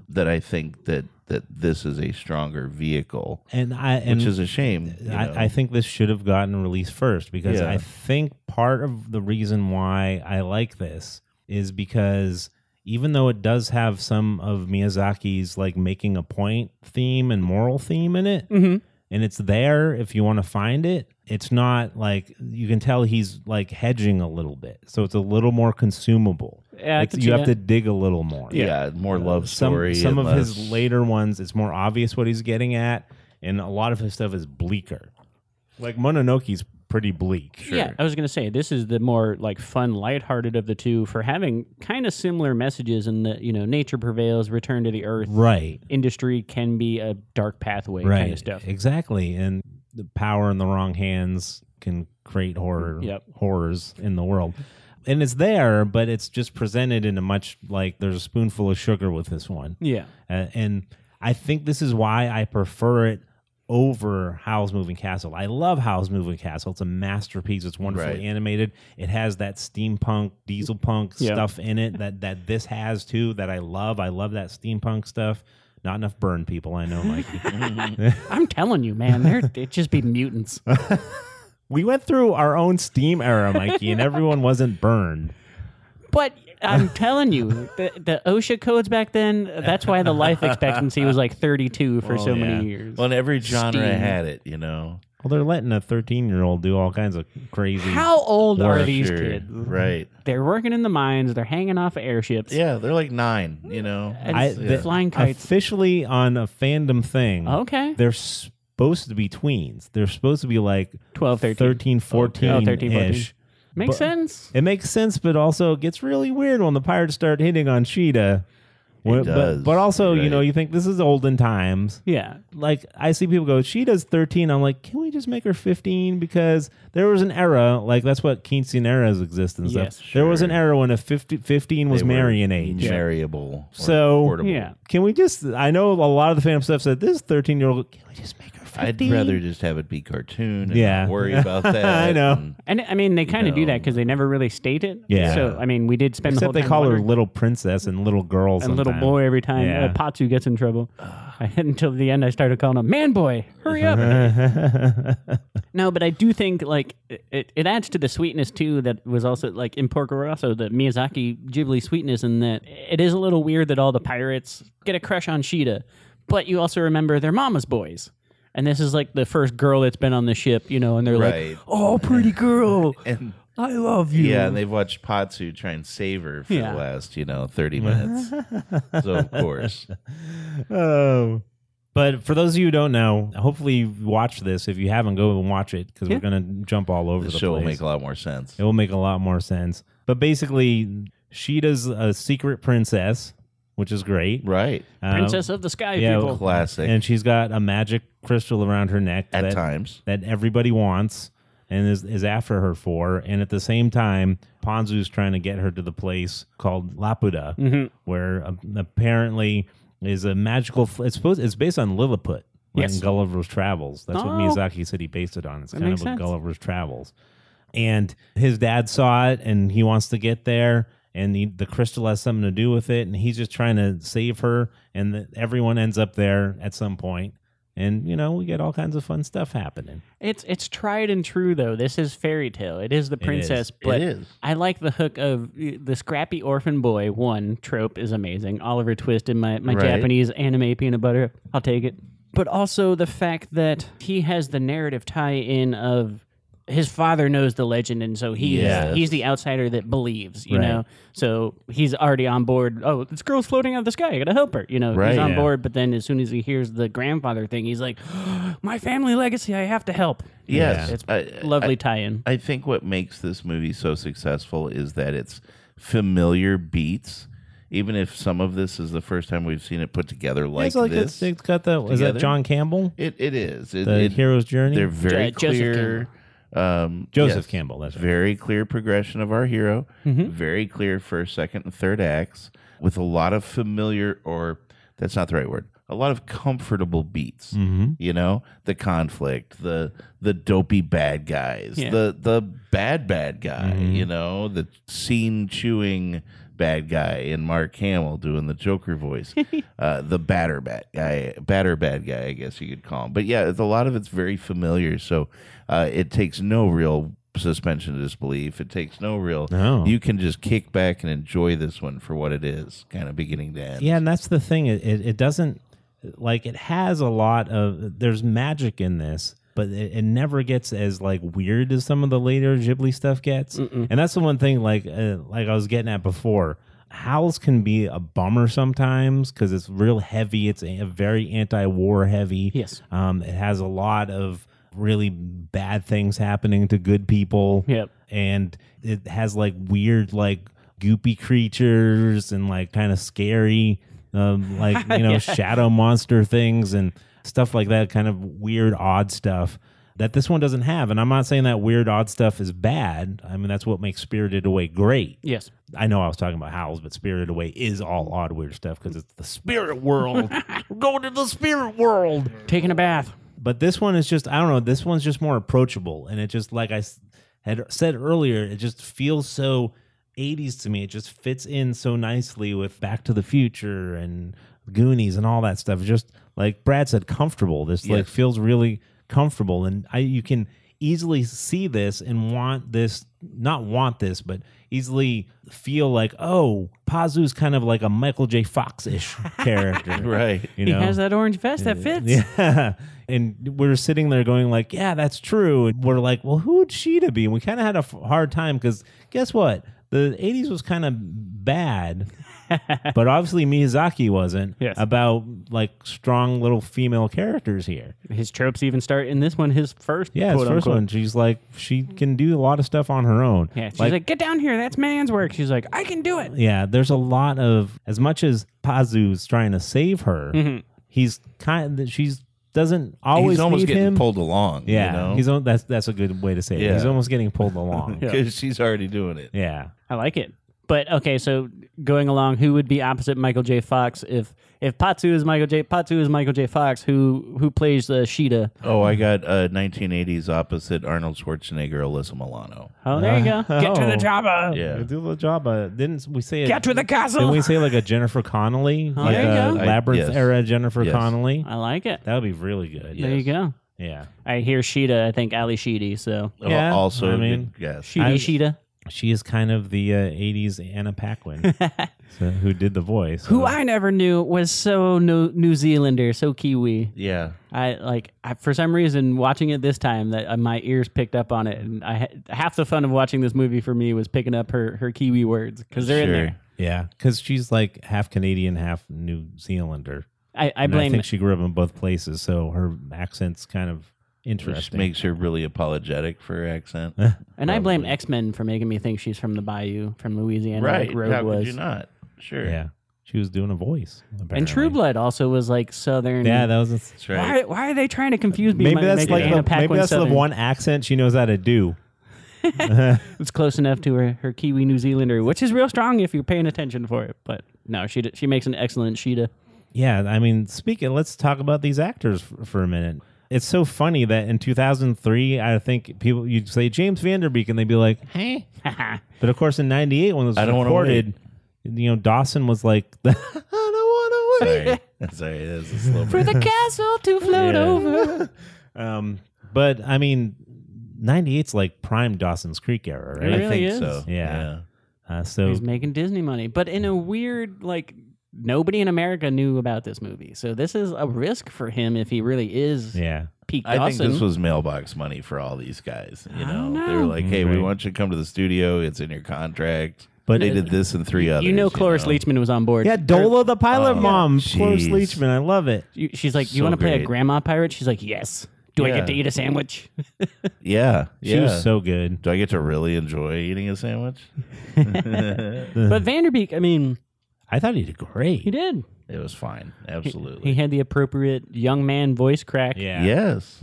E: that I think that that this is a stronger vehicle,
C: and I and
E: which is a shame. you know.
C: I, I think this should have gotten released first because
E: Yeah.
C: I think part of the reason why I like this is because even though it does have some of Miyazaki's like making a point theme and moral theme in it,
D: Mm-hmm.
C: and it's there if you want to find it. It's not like you can tell he's like hedging a little bit, so it's a little more consumable.
D: Yeah, I
C: It's-
D: could
C: you
D: see
C: have to
D: that.
C: dig a little more.
E: yeah, more love
C: Uh, some
E: story.
C: some
E: and
C: of his
E: less-
C: later ones, it's more obvious what he's getting at, and a lot of his stuff is bleaker. Like Mononoke's pretty bleak.
D: Yeah, I was gonna say this is the more like fun, lighthearted of the two for having kind of similar messages in the you know nature prevails, return to the earth,
C: Right.
D: industry can be a dark pathway
C: Right.
D: kind of stuff.
C: Exactly. And the power in the wrong hands can create horror
D: Yep.
C: horrors in the world. And it's there, but it's just presented in a much like there's a spoonful of sugar with this one.
D: Yeah,
C: Uh, and I think this is why I prefer it over Howl's Moving Castle. I love Howl's Moving Castle. It's a masterpiece. It's wonderfully
E: Right.
C: animated. It has that steampunk, diesel punk
D: Yeah.
C: stuff in it that that this has too that I love. I love that steampunk stuff. Not enough burn people, I know, Mikey.
D: I'm telling you, man, there it just be mutants.
C: we went through our own steam era, Mikey, and everyone wasn't burned.
D: But I'm telling you, the, the OSHA codes back then. That's why the life expectancy was like 32 for so
E: Oh, Yeah.
D: many years.
E: Well, and every genre
D: Steam.
E: had it, you know.
C: Well, they're letting a 13 year old do all kinds of crazy.
D: How old are these
E: Sure.
D: kids?
C: Mm-hmm.
E: Right.
D: They're working in the mines. They're hanging off of airships.
E: Yeah, they're like nine, you know.
D: And
C: I-
D: s-
C: the-
D: flying kites.
C: Officially on a fandom thing.
E: Oh,
D: okay.
C: they're supposed to be tweens. They're supposed to be like
D: 12,
C: 13,
D: 13.
C: 14
D: Oh, 13, 14.
C: ish.
D: Makes
C: but-
D: sense.
C: It makes sense, but also it gets really weird when the pirates start hitting on Sheeta. Wh-
E: does,
C: But, but also, you know,
E: right.
C: you think this is olden times.
D: Yeah.
C: Like I see people go, Sheeta's 13. I'm like, can we just make her 15? Because there was an era, like that's what quinceaneras exist and stuff.
D: Yes,
C: There was an
E: sure.
C: era when a 50, 15 was
E: They were
C: marrying age.
E: Marryable. or
C: So-
E: portable.
D: Yeah.
C: Can we just? I know a lot of the fandom stuff said this 13 year old. Can we just make her 15?
E: I'd rather just have it be cartoon and
C: Yeah.
E: not worry about that.
C: I know.
E: and-
D: And I mean, they kind of do
E: know.
D: that because they never really state it.
C: Yeah.
D: So I mean, we did spend the whole
C: Except they
D: time
C: call her
D: wondering-
C: little princess and little girl.
D: and little
C: sometime.
D: boy every time
C: Yeah.
D: uh, Patsu gets in trouble. Until the end, I started calling him man boy. Hurry up! no, but I do think like it, it adds to the sweetness too. That was also like in Porco Rosso, the Miyazaki Ghibli sweetness, in that it is a little weird that all the pirates get a crush on Sheeta, but you also remember their mama's boys. And this is like the first girl that's been on the ship, you know, and they're
E: Right.
D: like, "Oh, pretty girl,
E: And
D: I love you."
E: yeah, and they've watched Patsu try and save her for
D: Yeah.
E: the last, you know, thirty minutes. so of course.
C: Oh. But for those of you who don't know, hopefully you watch this. If you haven't, go and watch it because
D: Yeah.
C: we're going to jump all over
E: The
C: the,
E: show will
C: place.
E: make a lot more sense.
C: it will make a lot more sense. But basically, Sheeta's a secret princess, which is great.
E: Right.
C: Uh,
D: Princess of the Sky
C: yeah,
D: people.
E: Classic.
C: and she's got a magic crystal around her neck
E: At
C: that,
E: times.
C: that everybody wants and is, is after her for. And at the same time, Ponzu's trying to get her to the place called Laputa,
D: Mm-hmm.
C: where um, apparently is a magical. F- it's supposed. It's based on Lilliput. like
D: Yes.
C: in Gulliver's Travels. That's what
D: Oh.
C: Miyazaki said he based it on. It's
D: That
C: kind of
D: makes
C: a
D: sense.
C: Gulliver's Travels. And his dad saw it, and he wants to get there, and he, the crystal has something to do with it, and he's just trying to save her, and the, everyone ends up there at some point, and you know we get all kinds of fun stuff happening.
D: It's it's tried and true though. This is fairy tale. It is the
C: is.
D: princess, but
E: it is.
D: I like the hook of uh, the scrappy orphan boy. One trope is amazing. Oliver Twist in my, my
E: Right.
D: Japanese anime peanut butter. I'll take it. But also the fact that he has the narrative tie in of his father knows the legend, and so he's
E: Yes.
D: he's the outsider that believes. You
C: Right.
D: know, so he's already on board. Oh, this girl's floating out of the sky. I gotta help her. You know,
E: Right.
D: he's on
E: Yeah.
D: board. But then as soon as he hears the grandfather thing, he's like, "Oh, "My family legacy. I have to help."
E: Yes,
C: Yeah.
D: It's
E: I-
D: lovely tie-in.
E: I think what makes this movie so successful is that it's familiar beats. Even if some of this is the first time we've seen it put together like,
C: it's like
E: this,
C: it's, it's got the is that
E: together.
C: John Campbell
E: it, it is. It,
C: the
E: it-
C: hero's journey?
E: They're very
D: Uh, Joseph
E: clear. Um,
C: Joseph
E: yes,
C: Campbell. That's right.
E: Very clear progression of our hero. Very clear first, second, and third acts with a lot of familiar, or that's not the right word. A lot of comfortable beats. You know, the conflict, the the dopey bad guys,
D: Yeah.
E: the the bad bad guy. You know, the scene chewing bad guy in Mark Hamill doing the Joker voice, uh, the batter bad guy, batter bad guy, I guess you could call him. But yeah, it's, a lot of it's very familiar, so uh, it takes no real suspension of disbelief. It takes no real.
C: No.
E: You can just kick back and enjoy this one for what it is, kind of beginning to end.
C: Yeah, and that's the thing. It, it, it doesn't like it has a lot of there's magic in this, but it, it never gets as like weird as some of the later Ghibli stuff gets. And that's the one thing like uh, like I was getting at before. Howls can be a bummer sometimes because it's real heavy. It's a, a very anti-war heavy.
D: Yes.
C: um, it has a lot of really bad things happening to good people
D: Yep.
C: and it has like weird like goopy creatures and like kind of scary um, like you know shadow monster things and stuff like that kind of weird odd stuff that this one doesn't have and i'm not saying that weird odd stuff is bad i mean that's what makes spirited away great
D: Yes.
C: i know i was talking about howls but spirited away is all odd weird stuff because it's the spirit world We're going to the spirit world
D: Taking a bath.
C: but this one is just I don't know. This one's just more approachable, and it just like I s- had said earlier, it just feels so 80s to me. It just fits in so nicely with Back to the Future and Goonies and all that stuff. It's just like Brad said, comfortable. This like
E: Yes.
C: feels really comfortable, and I you can easily see this and want this not want this but easily feel like oh pazu's kind of like a michael j fox-ish character
E: Right.
C: you know
D: He has that orange vest that fits.
C: yeah. And we're sitting there going like, yeah, that's true. And we're like, well, who would she to be? And we kind of had a f- hard time because guess what? The 80s was kind of bad, but obviously Miyazaki wasn't
D: Yes.
C: about like strong little female characters here.
D: His tropes even start in this one, his first.
C: Yeah, it's
D: quote
C: first
D: unquote.
C: one. She's like, she can do a lot of stuff on her own.
D: Yeah, she's like, get down here. That's man's work. She's like, I can do it.
C: Yeah, there's a lot of as much as Pazu's trying to save her,
D: Mm-hmm.
C: he's kind. Of, she's doesn't always
E: He's almost
C: need
E: getting
C: him.
E: pulled along.
C: Yeah,
E: You
C: he's
E: know?
C: on, that's that's a good way to say it.
E: Yeah.
C: He's almost getting pulled along. yeah.
E: Because she's already doing it.
D: I like it. But okay, so going along, who would be opposite Michael J. Fox if if Patsu is Michael J. Patsu is Michael J. Fox? Who who plays the Sheeta?
E: Oh, I got uh, 1980s opposite Arnold Schwarzenegger, Alyssa Milano.
D: Oh, there you go. Get to
C: oh.
D: the Java.
E: Yeah.
C: They do a little job. Uh, didn't we say?
D: Get to the
C: Didn't
D: castle.
C: we say like a Jennifer Connelly, like
D: there you
C: a
D: go.
E: I-
C: labyrinth
E: yes.
C: era Jennifer
E: Yes.
C: Connelly?
D: I like it.
C: That would be really good.
D: There you go.
C: Yeah,
D: I hear Sheeta. I think Ali Sheedy. So
C: Yeah,
E: also,
C: I
E: a good
C: mean,
E: guess.
D: Sheedy Sheeta.
C: she is kind of the uh, '80s Anna Paquin, so, who did the voice.
D: Who
C: Uh,
D: I never knew was so no, New Zealander, so Kiwi.
E: yeah.
D: I like I, for some reason watching it this time that uh, my ears picked up on it, and I ha- half the fun of watching this movie for me was picking up her her Kiwi words because they're in
E: Sure.
D: there.
C: yeah, because she's like half Canadian, half New Zealander.
D: I, I
C: And I
D: blame
C: think she grew up in both places, so her accent's kind of
E: Which
C: interesting.
E: makes her really apologetic for her accent.
D: and I blame X Men for making me think she's from the Bayou from Louisiana,
E: right.
D: like Rogue
E: How
D: was.
E: could you not? Sure.
C: yeah, she was doing a voice. Apparently.
D: And True Blood also was like Southern.
C: Yeah, that was. A,
E: That's right.
D: Why, why are they trying to confuse me?
C: Maybe
D: by
C: that's
D: making
C: like
D: Anna
C: the, maybe
D: Paquin
C: that's
D: Southern?
C: the one accent she knows how to do.
D: It's close enough to her, her Kiwi New Zealander, which is real strong if you're paying attention for it. But no, she d- she makes an excellent Sheeta.
C: Yeah, I mean, speaking, let's talk about these actors for, for a minute. It's so funny that in 2003, I think people you'd say James Vanderbeek, and they'd be like, "Hey," but of course in '98 when it was
E: I don't wanna
C: recorded, you know, Dawson was like, "I don't want to wait."
E: Sorry, sorry, it is a slow. burn.
A: For the castle to float
C: Yeah.
A: over.
C: Um, but I mean, '98's like prime Dawson's Creek era,
D: It
C: right?
D: really
E: I think
D: is.
E: so.
C: Yeah. Uh, so
D: He's making Disney money, but in a weird like nobody in America knew about this movie. So this is a risk for him if he really is
C: yeah,
D: Pete
E: I
D: Dawson.
E: think this was mailbox money for all these guys. You
D: I
E: know,
D: don't
E: they were
D: know.
E: like, "Hey, we
C: Right.
E: want you to come to the studio. It's in your contract."
C: but
E: They did this and three others.
D: you know, Cloris
E: know?
D: Leachman was on board.
C: yeah, Dola the pilot
E: Oh,
C: mom,
E: jeez.
C: Cloris Leachman, I love it.
D: You- She's like, "You
E: So
D: want to play a
E: great.
D: grandma pirate?" She's like, "Yes." Do I
E: Yeah.
D: get to eat a sandwich?
E: Yeah,
C: She
E: yeah.
C: was so good.
E: Do I get to really enjoy eating a sandwich? it
D: but Vanderbeek, I mean,
C: I thought he did great.
D: he did.
E: was fine.
D: He-
E: Absolutely.
D: He had the appropriate young man voice crack.
C: Yeah.
E: Yes.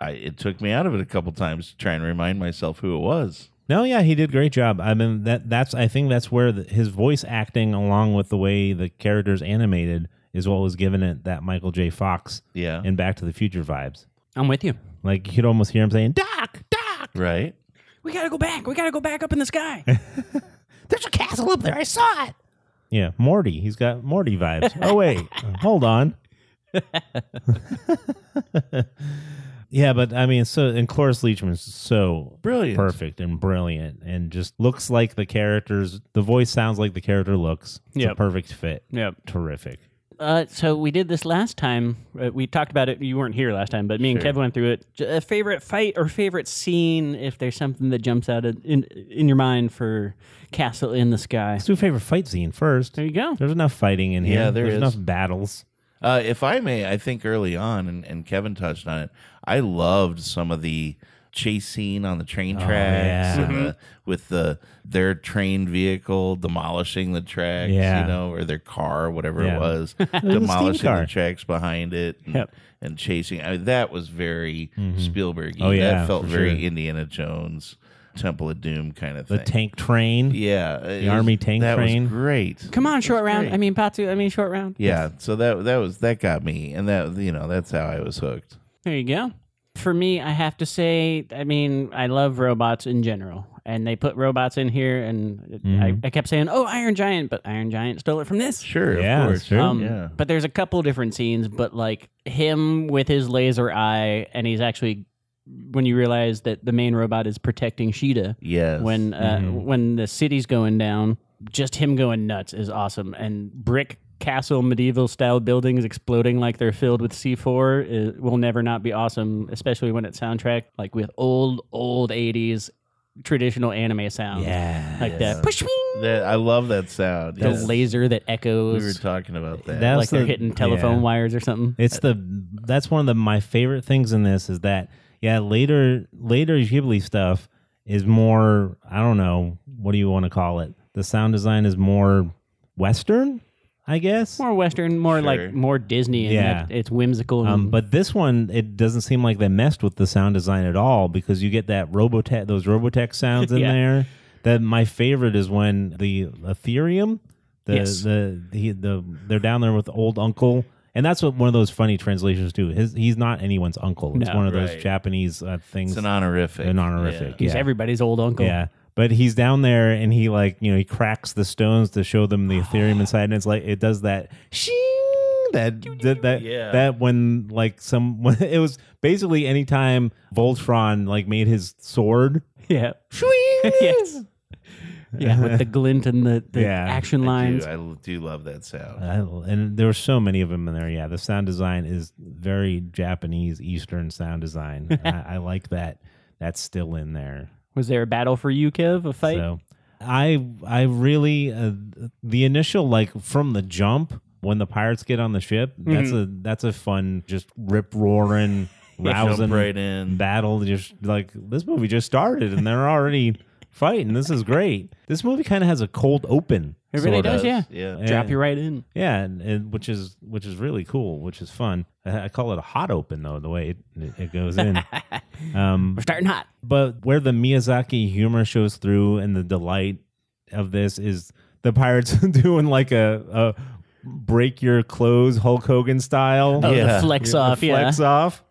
E: I, it took me out of it a couple times to try and remind myself who it was.
C: No, yeah, he did a great job. I mean, that that's I think that's where the, his voice acting, along with the way the characters animated, is what was giving it that Michael J. Fox
E: Yeah.
C: and Back to the Future vibes.
D: I'm with you.
C: Like you could almost hear him saying, "Doc, Doc,
E: right.
D: We gotta go back. We gotta go back up in the sky.
C: there's a castle up there. I saw it." Yeah, Morty. He's got Morty vibes. oh wait, hold on. yeah, but I mean, so and Cloris Leachman's so
E: Brilliant.
C: perfect and brilliant and just looks like the characters the voice sounds like the character looks it's a
D: Yep.
C: perfect fit
D: yep.
C: terrific
D: Uh, so we did this last time. Uh, we talked about it. You weren't here last time, but me and Kev went through it. J- A favorite fight or favorite scene, if there's something that jumps out in in, in your mind for Castle in the Sky.
C: let's do a favorite fight scene first
D: There you go.
C: there's enough fighting in here
E: Yeah, there
C: there's
E: is.
C: enough battles
E: Uh, if I may, I think early on, and, and Kevin touched on it, I loved some of the chase scene on the train tracks
C: Oh, yeah.
E: and the, with the their train vehicle demolishing the tracks,
C: Yeah.
E: you know, or their car, whatever
C: Yeah.
E: it was,
C: steam
E: demolishing
C: car.
E: the tracks behind it and,
D: Yep.
E: and chasing. I mean, that was very Spielberg.
C: Oh, yeah,
E: that felt
C: for
E: very
C: sure.
E: Indiana Jones, Temple of Doom kind of
C: the
E: thing.
C: tank train
E: yeah, the
C: army tank
E: that
C: train.
E: was great.
D: Come on, short round.
E: great.
D: I mean, Patu. I mean, short round.
E: Yeah, so that that was that got me, and that you know that's how I was hooked.
D: There you go. For me, I have to say, I mean, I love robots in general. And they put robots in here, and it- I, I kept saying, oh, Iron Giant, but Iron Giant stole it from this.
E: Sure,
C: Yeah,
E: of
C: that's
E: course.
C: true.
D: Um,
E: yeah.
D: But there's a couple different scenes, but like him with his laser eye, and he's actually when you realize that the main robot is protecting Sheeta
E: Yes.
D: when uh,
E: Mm-hmm.
D: when the city's going down, just him going nuts is awesome. And brick castle medieval style buildings exploding like they're filled with C4 is, will never not be awesome, especially when it's soundtracked like with old old 80s traditional anime sounds.
C: yeah
D: Like that, push-wing,
E: that, I love that sound.
D: the
E: yes.
D: laser that
E: we were
D: echoes
E: talking about that.
C: That-
D: like
C: That's
D: they're
C: the-
D: hitting telephone
C: yeah.
D: wires or something.
C: It's the that's one of the my favorite things in this is that yeah later later Ghibli stuff is more I don't know what do you want to call it the sound design is more Western I guess
D: More Western, more
E: Sure.
D: like more Disney. And
C: Yeah.
D: that it's whimsical. And,
C: um, but this one it doesn't seem like they messed with the sound design at all because you get that Robotech those Robotech sounds in
D: Yeah.
C: there that my favorite is when the Ethereum the
D: Yes.
C: the, the the they're down there with old uncle. And that's what one of those funny translations do. His, he's not anyone's uncle. It's
D: No.
C: one of those
E: Right.
C: Japanese uh, things.
E: it's an honorific.
C: an honorific.
E: Yeah.
D: he's
C: yeah.
D: everybody's old uncle.
C: Yeah. But he's down there and he like, you know, he cracks the stones to show them the Ethereum inside and it's like it does that shing that that that,
E: Yeah.
C: that when like some when it was basically anytime Voltron like made his sword
D: Yeah. yes. Yeah, with the glint and the, the
C: Yeah,
D: action
E: I
D: lines. Uh,
E: do, I l- do love that sound.
C: I- and there were so many of them in there. Yeah, the sound design is very Japanese Eastern sound design. And I, I like that. That's still in there.
D: Was there a battle for you, Kev? A fight?
C: So I I really uh, the initial like from the jump when the pirates get on the ship that's a
D: Mm-hmm.
C: that's a fun just rip roaring rousing
E: Jump right in.
C: battle just like this movie just started and they're already fighting this is great this movie kind of has a cold open
D: it really
C: sort of.
D: does, Oh, yeah.
E: Yeah.
D: Drop you right in.
C: yeah and, and which is which is really cool which is fun I, I call it a hot open though the way it, it goes in um
D: We're starting hot.
C: but where the Miyazaki humor shows through and the delight of this is the pirates doing like a, a break your clothes Hulk Hogan style.
D: Oh,
E: Yeah.
D: the flex
C: You know,
D: off. Yeah.
C: Flex off.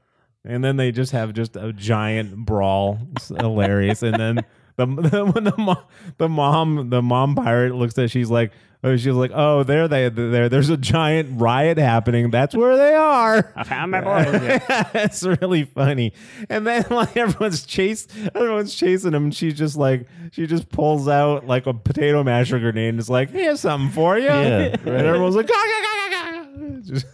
C: And then they just have just a giant brawl. It's hilarious. And then the, when the mom, the mom the mom pirate looks at she's like oh she's like oh there they there there's a giant riot happening. That's where they are.
D: I found my boy.
C: That's really funny. And then like everyone's chase everyone's chasing him and she's just like she just pulls out like a potato masher grenade and is like, here's something for you.
E: Yeah,
C: And everyone's like, "Gah, gah, gah, gah, gah." Just-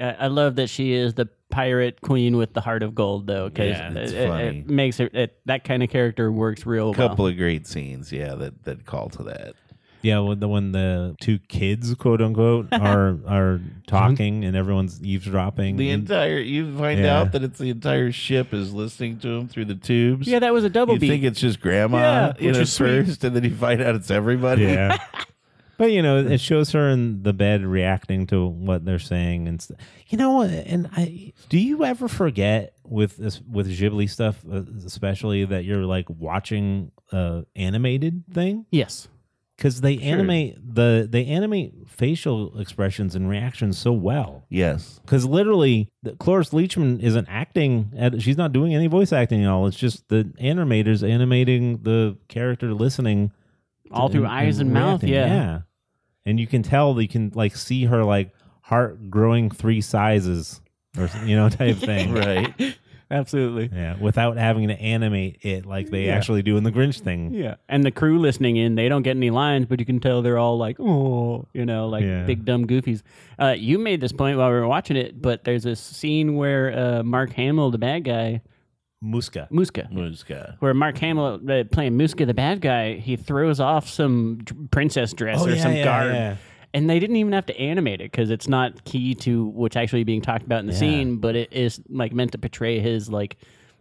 D: Uh, I love that she is the pirate queen with the heart of gold, though, because
C: Yeah,
D: it,
E: it's
D: it-
E: funny.
D: it makes her it, that kind of character works real
E: couple
D: well.
E: of great scenes, yeah, that that call to that.
C: Yeah, when the when the two kids, quote unquote, are are talking and everyone's eavesdropping.
D: Mm-hmm.
E: The
C: And-
E: entire you find
C: Yeah.
E: out that it's the entire ship is listening to him through the tubes.
D: Yeah, that was a double
E: you
D: beat.
E: think it's just grandma
D: Yeah,
E: you
D: which
E: know,
D: is sweet.
E: first, and then you find out it's everybody.
C: yeah. But you know, it shows her in the bed reacting to what they're saying, and st- you know, and I do you ever forget with this, with Ghibli stuff, uh, especially that you're like watching a animated thing
D: yes.
C: because they animate the they animate facial expressions and reactions so well.
E: Yes.
C: Because literally, the- Cloris Leachman isn't acting. At, she's not doing any voice acting at all. It's just the animators animating the character listening
D: All through eyes and mouth,
C: reacting.
D: yeah.
C: And you can tell that you can like see her like heart growing three sizes or you know type thing.
E: Right.
D: Absolutely.
C: Yeah, without having to animate it like they actually do in the Grinch thing.
D: Yeah. And the crew listening in, they don't get any lines, but you can tell they're all like, oh, you know, like
C: Yeah.
D: big dumb goofies. Uh, you made this point while we were watching it, but there's this scene where uh, Mark Hamill, the bad guy,
C: Muska.
D: Muska,
E: Muska.
D: where Mark Hamill uh, playing Muska, the bad guy, he throws off some dr- princess
C: Oh,
D: dress or some garb. And they didn't even have to animate it because it's not key to what's actually being talked about in the
C: Yeah.
D: scene, but it is like meant to portray his like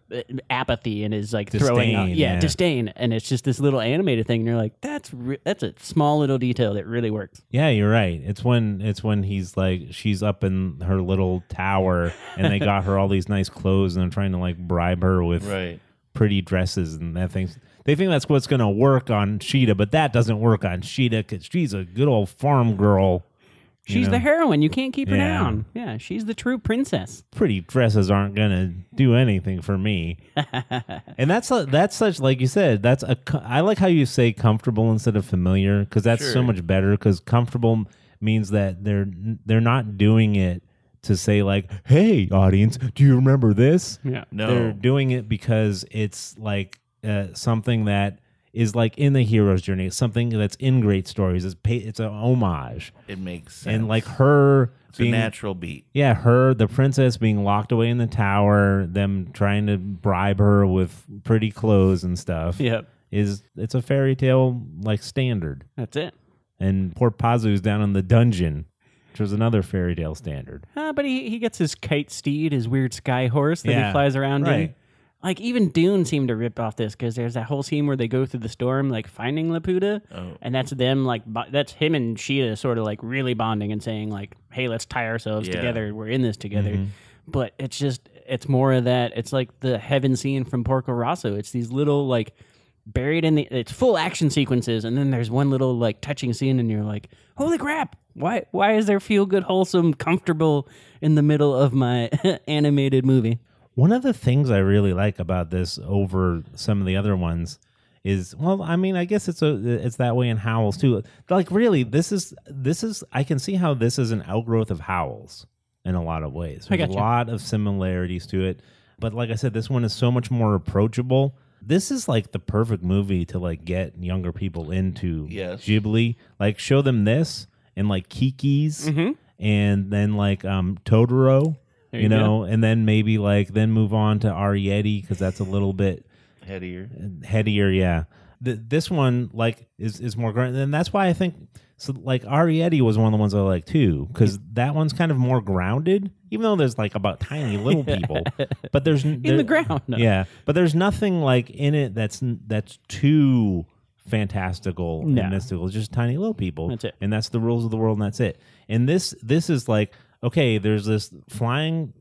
D: uh, apathy and his like throwing out,
C: Disdain,
D: yeah,
C: yeah.
D: disdain. And it's just this little animated thing, and you're like, that's re- that's a small little detail that really works.
C: Yeah, you're right. It's when it's when he's like she's up in her little tower and they got her all these nice clothes and they're trying to like bribe her with
E: Right.
C: pretty dresses and that things. They think that's what's going to work on Sheeta, but that doesn't work on Sheeta because she's a good old farm girl.
D: She's
C: You know.
D: the heroine; you can't keep her
C: Yeah.
D: down. Yeah, she's the true princess.
C: Pretty dresses aren't going to do anything for me. and that's a, that's such like you said. That's a co- I like how you say comfortable instead of familiar because that's so
E: Sure.
C: much better. Because comfortable means that they're they're not doing it to say like, "Hey, audience, do you remember this?"
D: Yeah,
E: No.
C: They're doing it because it's like uh, something that is like in the hero's journey. It's something that's in great stories. It's pay, it's a homage,
E: it makes sense.
C: and like her
E: it's a
C: being
E: natural beat.
C: yeah, her the princess being locked away in the tower, them trying to bribe her with pretty clothes and stuff.
D: yeah,
C: is it's a fairy tale like standard.
D: that's it.
C: And poor Pazu's down in the dungeon, which was another fairy tale standard.
D: Uh, but he, he gets his kite steed, his weird sky horse that
C: Yeah,
D: he flies around in.
C: right.
D: Like even Dune seemed to rip off this because there's that whole scene where they go through the storm, like finding Laputa,
C: Oh.
D: and that's them like bo- that's him and Sheeta sort of like really bonding and saying like, "Hey, let's tie ourselves
E: Yeah.
D: together. We're in this together."
C: Mm-hmm.
D: But it's just it's more of that. It's like the heaven scene from Porco Rosso. It's these little like buried in the it's full action sequences and then there's one little like touching scene and you're like holy crap why why is there feel good wholesome comfortable in the middle of my animated movie
C: One of the things I really like about this over some of the other ones is well, I mean, I guess it's a it's that way in Howls too. Like really, this is this is I can see how this is an outgrowth of Howls in a lot of ways.
D: I
C: There's a
D: gotcha.
C: lot of similarities to it, but like I said, this one is so much more approachable. This is like the perfect movie to like get younger people into
E: Yes.
C: Ghibli. Like show them this and like Kiki's
D: mm-hmm.
C: and then like um Totoro,
D: There
C: you,
D: you
C: know, and then maybe like then move on to Arietti because that's a little bit
E: Headier.
C: headier. Yeah, Th- this one like is is more grounded, and that's why I think so. Like Arietti was one of the ones I like too because that one's kind of more grounded, even though there's like about tiny little people, but there's in
D: in the ground
C: Yeah, but there's nothing like in it that's n- that's too fantastical
D: No.
C: and mystical. It's just tiny little people.
D: That's it.
C: And that's the rules of the world and that's it. And this this is like, okay, there's this flying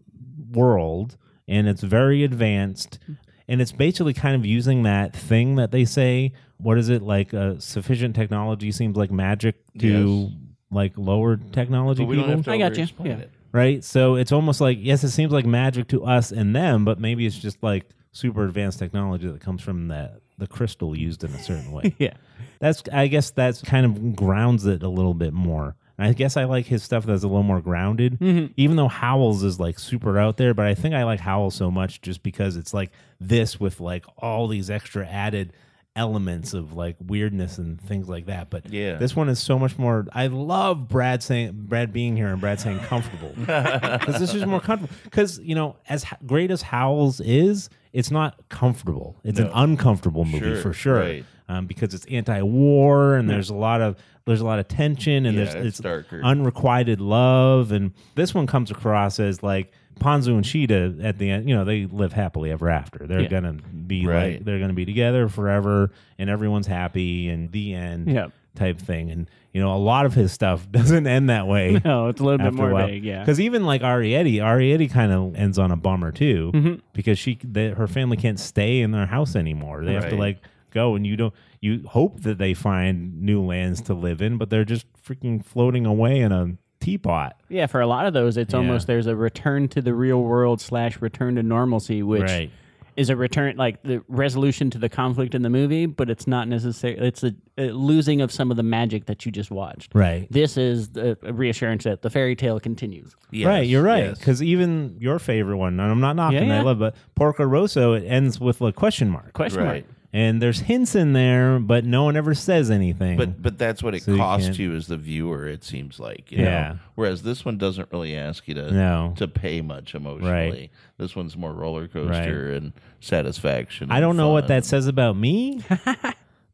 C: world and it's very advanced and it's basically kind of using that thing that they say, what is it like uh, sufficient technology seems like magic to
E: Yes.
C: like lower technology
E: But we
C: people,
E: don't have to
D: I got you.
E: over-explain
D: Yeah.
E: it.
C: right? So it's almost like yes, it seems like magic to us and them, but maybe it's just like super advanced technology that comes from that the crystal used in a certain way.
D: Yeah.
C: That's I guess that's kind of grounds it a little bit more. And I guess I like his stuff that's a little more grounded, even though Howells is like super out there. But I think I like Howells so much just because it's like this with like all these extra added elements of like weirdness and things like that. But
E: Yeah.
C: this one is so much more. I love Brad saying Brad being here and Brad saying comfortable because this is more comfortable. Because you know, as h- great as Howells is, it's not comfortable. It's an uncomfortable movie
E: Sure,
C: for sure
E: right.
C: um, because it's anti-war and there's a lot of there's a lot of tension and
E: Yeah,
C: there's
E: it's darker.
C: unrequited love and this one comes across as like Ponzu and Shida at the end you know they live happily ever after they're
D: Yeah.
C: gonna be like
E: Right.
C: they're gonna be together forever and everyone's happy and the end
D: Yeah.
C: type thing and you know a lot of his stuff doesn't end that way
D: No, it's a little bit
C: after a
D: more
C: while.
D: vague. Yeah.
C: Because even like Arietti, Arietti kind of ends on a bummer too,
D: Mm-hmm.
C: because she, the, her family can't stay in their house anymore. They have to
E: Right.
C: like go, and you don't. You hope that they find new lands to live in, but they're just freaking floating away in a teapot.
D: Yeah, for a lot of those, it's almost there's a return to the real world slash return to normalcy, which
C: Right.
D: is a return like the resolution to the conflict in the movie, but it's not necessarily it's a, a losing of some of the magic that you just watched.
C: Right.
D: This is the a reassurance that the fairy tale continues.
E: Yes,
C: right, you're right.
E: yes.
C: Because even your favorite one, and I'm not knocking,
D: Yeah,
C: I
D: yeah.
C: love, but Porco Rosso, it ends with a question mark.
D: Question
E: Right.
D: mark.
C: and there's hints in there, but no one ever says anything.
E: But but that's what it
C: So you
E: costs
C: can't-
E: you, as the viewer. It seems like you
C: Yeah.
E: Know? Whereas this one doesn't really ask you to
C: No.
E: to pay much emotionally. This one's more roller coaster and satisfaction.
C: I
E: and
C: don't know what
E: fun.
C: that says about me,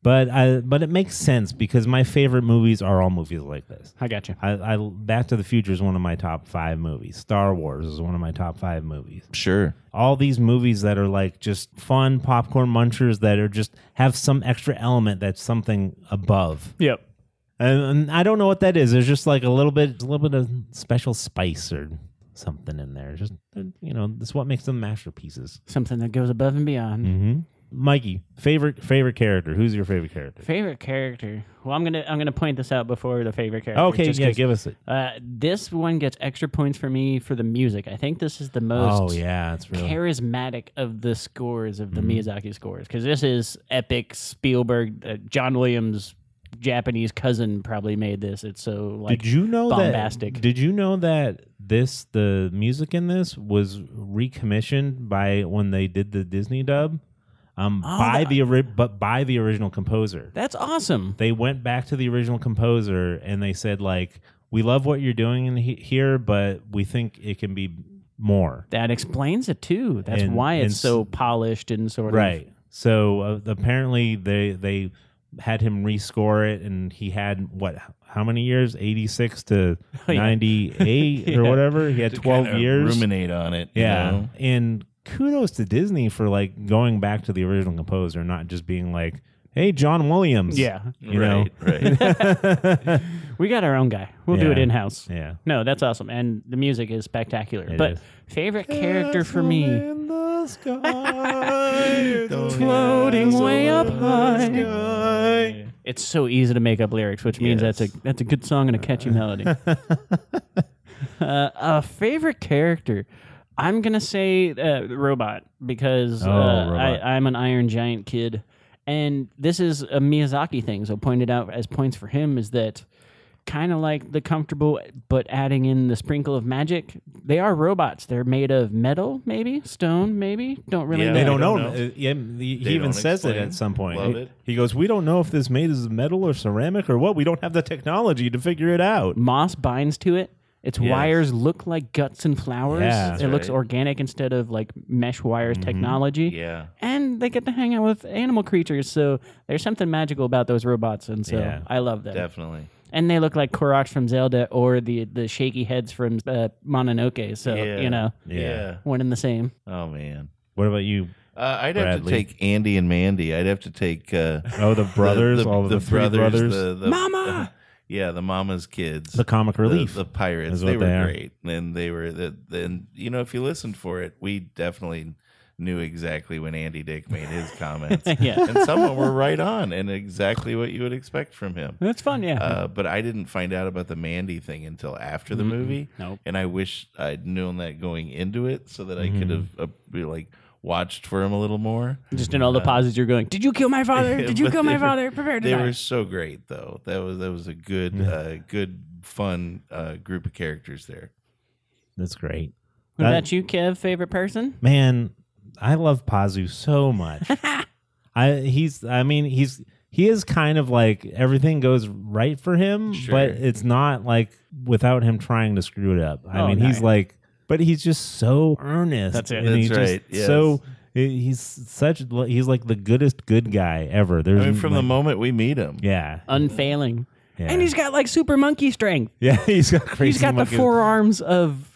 C: but I but it makes sense because my favorite movies are all movies like this.
D: I got you.
C: I, I Back to the Future is one of my top five movies. Star Wars is one of my top five movies.
E: Sure.
C: All these movies that are like just fun popcorn munchers that are just have some extra element that's something above.
D: Yep.
C: And, and I don't know what that is. There's just like a little bit, a little bit of special spice or something in there. Just you know, that's what makes them masterpieces.
D: Something that goes above and beyond.
C: Mm-hmm. Mikey, favorite favorite character. Who's your favorite character?
D: Favorite character. Well, I'm gonna I'm gonna point this out before the favorite character.
C: Okay,
D: just
C: yeah,
D: 'cause,
C: give us it.
D: uh, this one gets extra points for me for the music. I think this is the
C: Oh
D: most.
C: yeah, it's really Mm-hmm.
D: charismatic of the scores of the Miyazaki scores because this is epic Spielberg, uh, John Williams' Japanese cousin probably made this. It's so like
C: did you know
D: bombastic.
C: that? Did you know that this the music in this was recommissioned by when they did the Disney dub, um, by
D: Oh, that-
C: the ori- but by the original composer.
D: that's awesome.
C: they went back to the original composer and they said like, "We love what you're doing in he- here, but we think it can be more."
D: That explains it too. That's
C: And-
D: why
C: and
D: it's
C: s-
D: so polished and sort of
C: right so uh, apparently they they had him rescore it and he had what how many years 86 to
D: yeah.
C: 98 or whatever he had
E: To
C: 12
E: kinda
C: years
E: Ruminate on it. you
C: yeah
E: know?
C: and kudos to disney for like going back to the original composer not just being like hey john williams
D: Yeah,
C: you know
E: right. Right.
D: we got our own guy. We'll do it
C: Yeah.
D: in house.
C: yeah
D: No, that's awesome, and the music is spectacular.
C: It
D: but
C: is.
D: favorite character for me.
C: In the sky,
D: Floating way up high.
C: high.
D: It's so easy to make up lyrics, which means
E: Yes.
D: that's a that's a good song and a catchy melody. uh, a favorite character, I'm gonna say uh, robot because
C: Oh,
D: uh,
C: Robot.
D: I, I'm an Iron Giant kid, and this is a Miyazaki thing. So pointed out as points for him is that kind of like the comfortable, but adding in the sprinkle of magic. They are robots. They're made of metal, maybe stone, maybe don't really
E: Yeah,
D: know.
C: They don't
E: I
C: know.
E: don't
C: Uh,
E: know.
C: yeah, he he
E: They
C: even
E: don't
C: says it
E: explain.
C: at some point.
E: Love
C: he,
E: it.
C: he goes, "We don't know if this made is metal or ceramic or what. We don't have the technology to figure it out."
D: moss binds to it. Its wires look like guts and flowers.
C: Yeah.
D: it
C: That's
D: looks
E: right. Mm-hmm.
D: organic instead of like mesh wires technology.
E: yeah.
D: And they get to hang out with animal creatures, so there's something magical about those robots, and so
C: Yeah.
D: I love them.
E: Definitely.
D: And they look like Koroks from Zelda or the the shaky heads from uh, Mononoke. So
E: Yeah.
D: you know,
C: Yeah.
D: one and the same.
E: Oh man.
C: What about you?
E: Uh, I'd have
C: Bradley.
E: to take Andy and Mandy. I'd have to take uh,
C: Oh, the brothers,
E: the, the,
C: all of the, three brothers,
E: the, the
D: Mama!
E: yeah, the mama's kids,
C: the comic relief.
E: the, the pirates.
C: is
E: They
C: what
E: were
C: they are.
E: great, and they were the. Then you know, if you listened for it, we definitely knew exactly when Andy Dick made his comments.
D: yeah,
E: and some of them were right on and exactly what you would expect from him.
D: that's fun. Yeah.
E: Uh, but I didn't find out about the Mandy thing until after the
D: Mm-mm.
E: movie,
D: nope.
E: and I wish I'd known that going into it so that I could
C: Mhm.
E: have uh, be like watched for him a little more.
D: Just in all the
E: uh,
D: pauses, you're going, "Did you kill my father? Did you
E: But
D: kill
E: they
D: my
E: were-
D: father? Prepare to
E: They
D: die."
E: were so great though. That was that was a good
C: Yeah.
E: uh, good fun uh, group of characters there.
C: That's great.
D: What about you, Kev? Favorite person?
C: Man, I love Pazu so much. I he's I mean he's he is kind of like everything goes right for him,
E: Sure.
C: but it's not like without him trying to screw it up. I
D: Oh,
C: mean
D: no.
C: he's like, but he's just so earnest.
D: That's it.
C: And
E: That's
C: he's just
E: right, yes.
C: So he's such he's like the goodest good guy ever.
E: I
C: There's
E: mean, from the
C: like-
E: moment we meet him,
C: yeah,
D: Unfailing,
C: yeah,
D: and he's got like super monkey strength.
C: yeah he's got crazy.
D: He's got the
C: monkey-
D: forearms of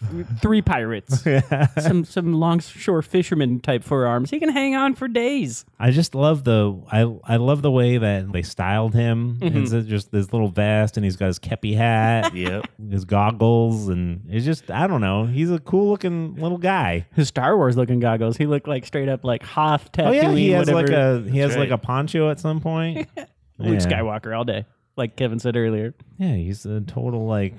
D: three pirates, some some longshore fisherman type forearms. He can hang on for days.
C: I just love the I I love the way that they styled him.
D: Mm-hmm.
C: It's uh, just this little vest, and he's got his kepi hat,
E: Yep.
C: his goggles, and it's just I don't know. He's a cool looking little guy.
D: His Star Wars looking goggles. He looked like straight up like Hoth Tatooine.
C: Oh yeah, he has
D: whatever.
C: like a he has like
E: right.
C: a poncho at some point.
D: Luke
C: Yeah.
D: Skywalker all day, like Kevin said earlier.
C: Yeah, he's a total like.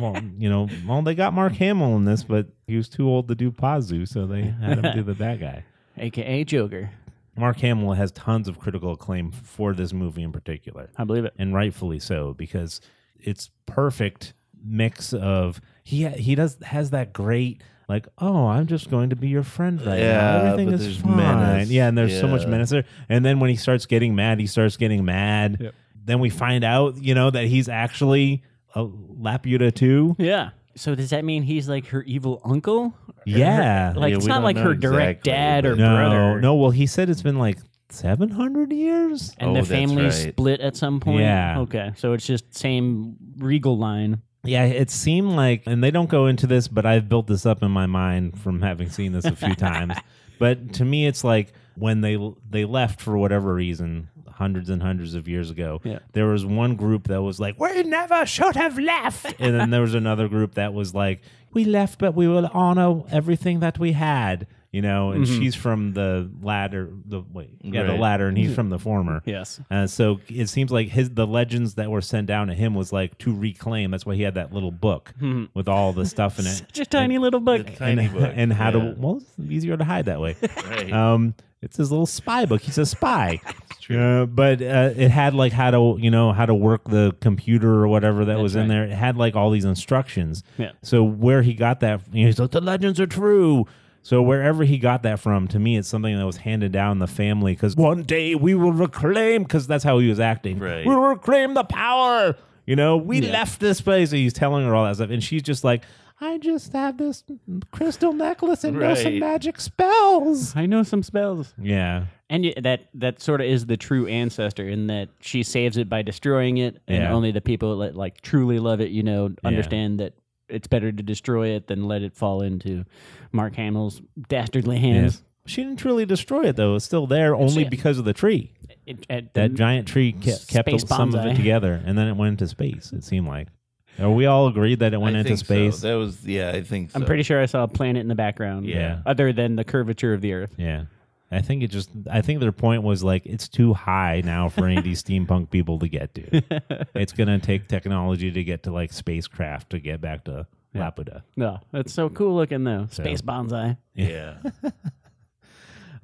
C: Well, you know, well they got Mark Hamill in this, but he was too old to do Pazu, so they had him do the bad guy.
D: aka Joker.
C: Mark Hamill has tons of critical acclaim for this movie in particular.
D: I believe it.
C: and rightfully so because it's perfect mix of he he does has that great like oh I'm just going to be your friend right
E: Yeah,
C: now everything
E: but
C: is
E: there's
C: fine
E: menace.
C: yeah and there's so much
E: Yeah.
C: menace there and then when he starts getting mad he starts getting mad
D: Yep.
C: then we find out you know that he's actually a Laputa too
D: Yeah. So does that mean he's like her evil uncle?
C: yeah
D: Like
E: Yeah,
D: it's
E: we
D: not
E: don't
D: like
E: know
D: her direct
E: exactly,
D: dad or
E: but-
C: no
D: brother.
C: no well he said it's been like 700 years
D: And
E: Oh,
D: the
E: that's
D: family
E: right.
D: split at some point.
C: Yeah.
D: Okay. So it's just same regal line.
C: Yeah, it seemed like, and they don't go into this, but I've built this up in my mind from having seen this a few times. But to me, it's like when they they left for whatever reason, hundreds and hundreds of years ago.
D: Yeah.
C: There was one group that was like, "We never should have left," and then there was another group that was like, "We left, but we will honor everything that we had." You know, and she's from the latter, the wait, yeah, the
E: Right.
C: latter, and he's from the former.
D: Yes.
C: Uh, so it seems like his the legends that were sent down to him was like to reclaim. That's why he had that little book with all the stuff in it.
D: Such a tiny little book.
E: It's
C: And,
E: Hmm. tiny book.
C: and how
E: Yeah.
C: to well, it's easier to hide that way.
E: Right.
C: Um, it's his little spy book. He's a spy. Uh, but uh, it had like how to you know how to work the computer or whatever that was in
D: right.
C: there. It had like all these instructions.
D: Yeah.
C: So where he got that, you know, he's like the legends are true. So wherever he got that from, to me, it's something that was handed down in the family. Because one day we will reclaim, because that's how he was acting.
E: Right.
C: We'll reclaim the power. You know, we
D: Yeah.
C: left this place. And he's telling her all that stuff, and she's just like, "I just have this crystal necklace and know some
E: Right.
C: magic spells."
D: I know some spells.
C: Yeah.
D: And y- that that sort of is the true ancestor in that she saves it by destroying it, and
C: Yeah.
D: only the people that like truly love it, you know, understand that it's better to destroy it than let it fall into Mark Hamill's dastardly hands.
C: She didn't truly destroy it though. It's still there only
D: it.
C: because of the tree.
D: It- at the-
C: That giant tree ke- kept
D: Space
C: some of
D: bonsai.
C: it together, and then it went into space. It seemed like. Are we all agreed that it went
E: I
C: into
E: think so.
C: space?
E: That was yeah. I think
D: I'm
E: so.
D: pretty sure I saw a planet in the background.
E: Yeah.
D: Other than the curvature of the Earth.
C: Yeah. I think it just I think their point was like it's too high now for any of these steampunk people to get to. it's gonna take technology to get to like spacecraft to get back to Laputa.
D: No, that's so cool looking though. Space bonsai.
E: Yeah.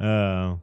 C: Uh,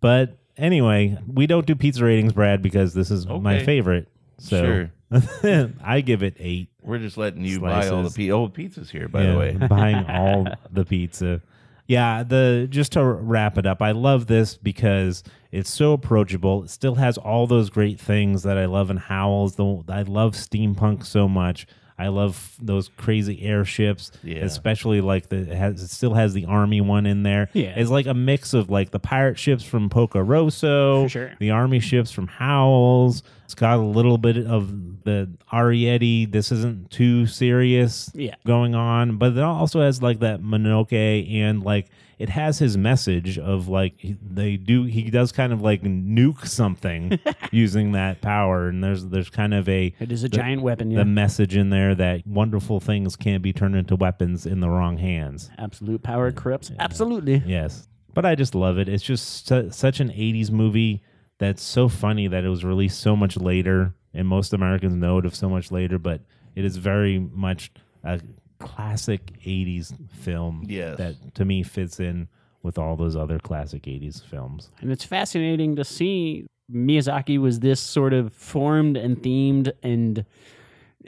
C: but anyway, we don't do pizza ratings, Brad, because this is my
E: Okay.
C: favorite. So I give it eight.
E: We're just letting you buy all the
C: Slices.
E: pe- old pizzas here, by
C: Yeah,
E: the way.
C: buying all the pizza. Yeah, the just to wrap it up, I love this because it's so approachable. It still has all those great things that I love in Howells. The I love steampunk so much. I love those crazy airships,
E: Yeah.
C: especially like the it, has, it still has the army one in there.
D: Yeah.
C: it's like a mix of like the pirate ships from Pocoroso,
D: For sure.
C: the army ships from Howells. It's got a little bit of the Arietti. This isn't too serious
D: Yeah.
C: going on, but it also has like that Minoke and like it has his message of like he- they do he does kind of like nuke something using that power, and there's there's kind of a
D: It is a giant weapon. Yeah.
C: the message in there that wonderful things can be turned into weapons in the wrong hands.
D: Absolute power corrupts. Absolutely.
C: Yes. but I just love it. It's just su- such an 80s movie that's so funny that it was released so much later, and most Americans know it of so much later, but it is very much a classic 80s film
E: Yes.
C: that to me fits in with all those other classic 80s films.
D: And it's fascinating to see Miyazaki was this sort of formed and themed and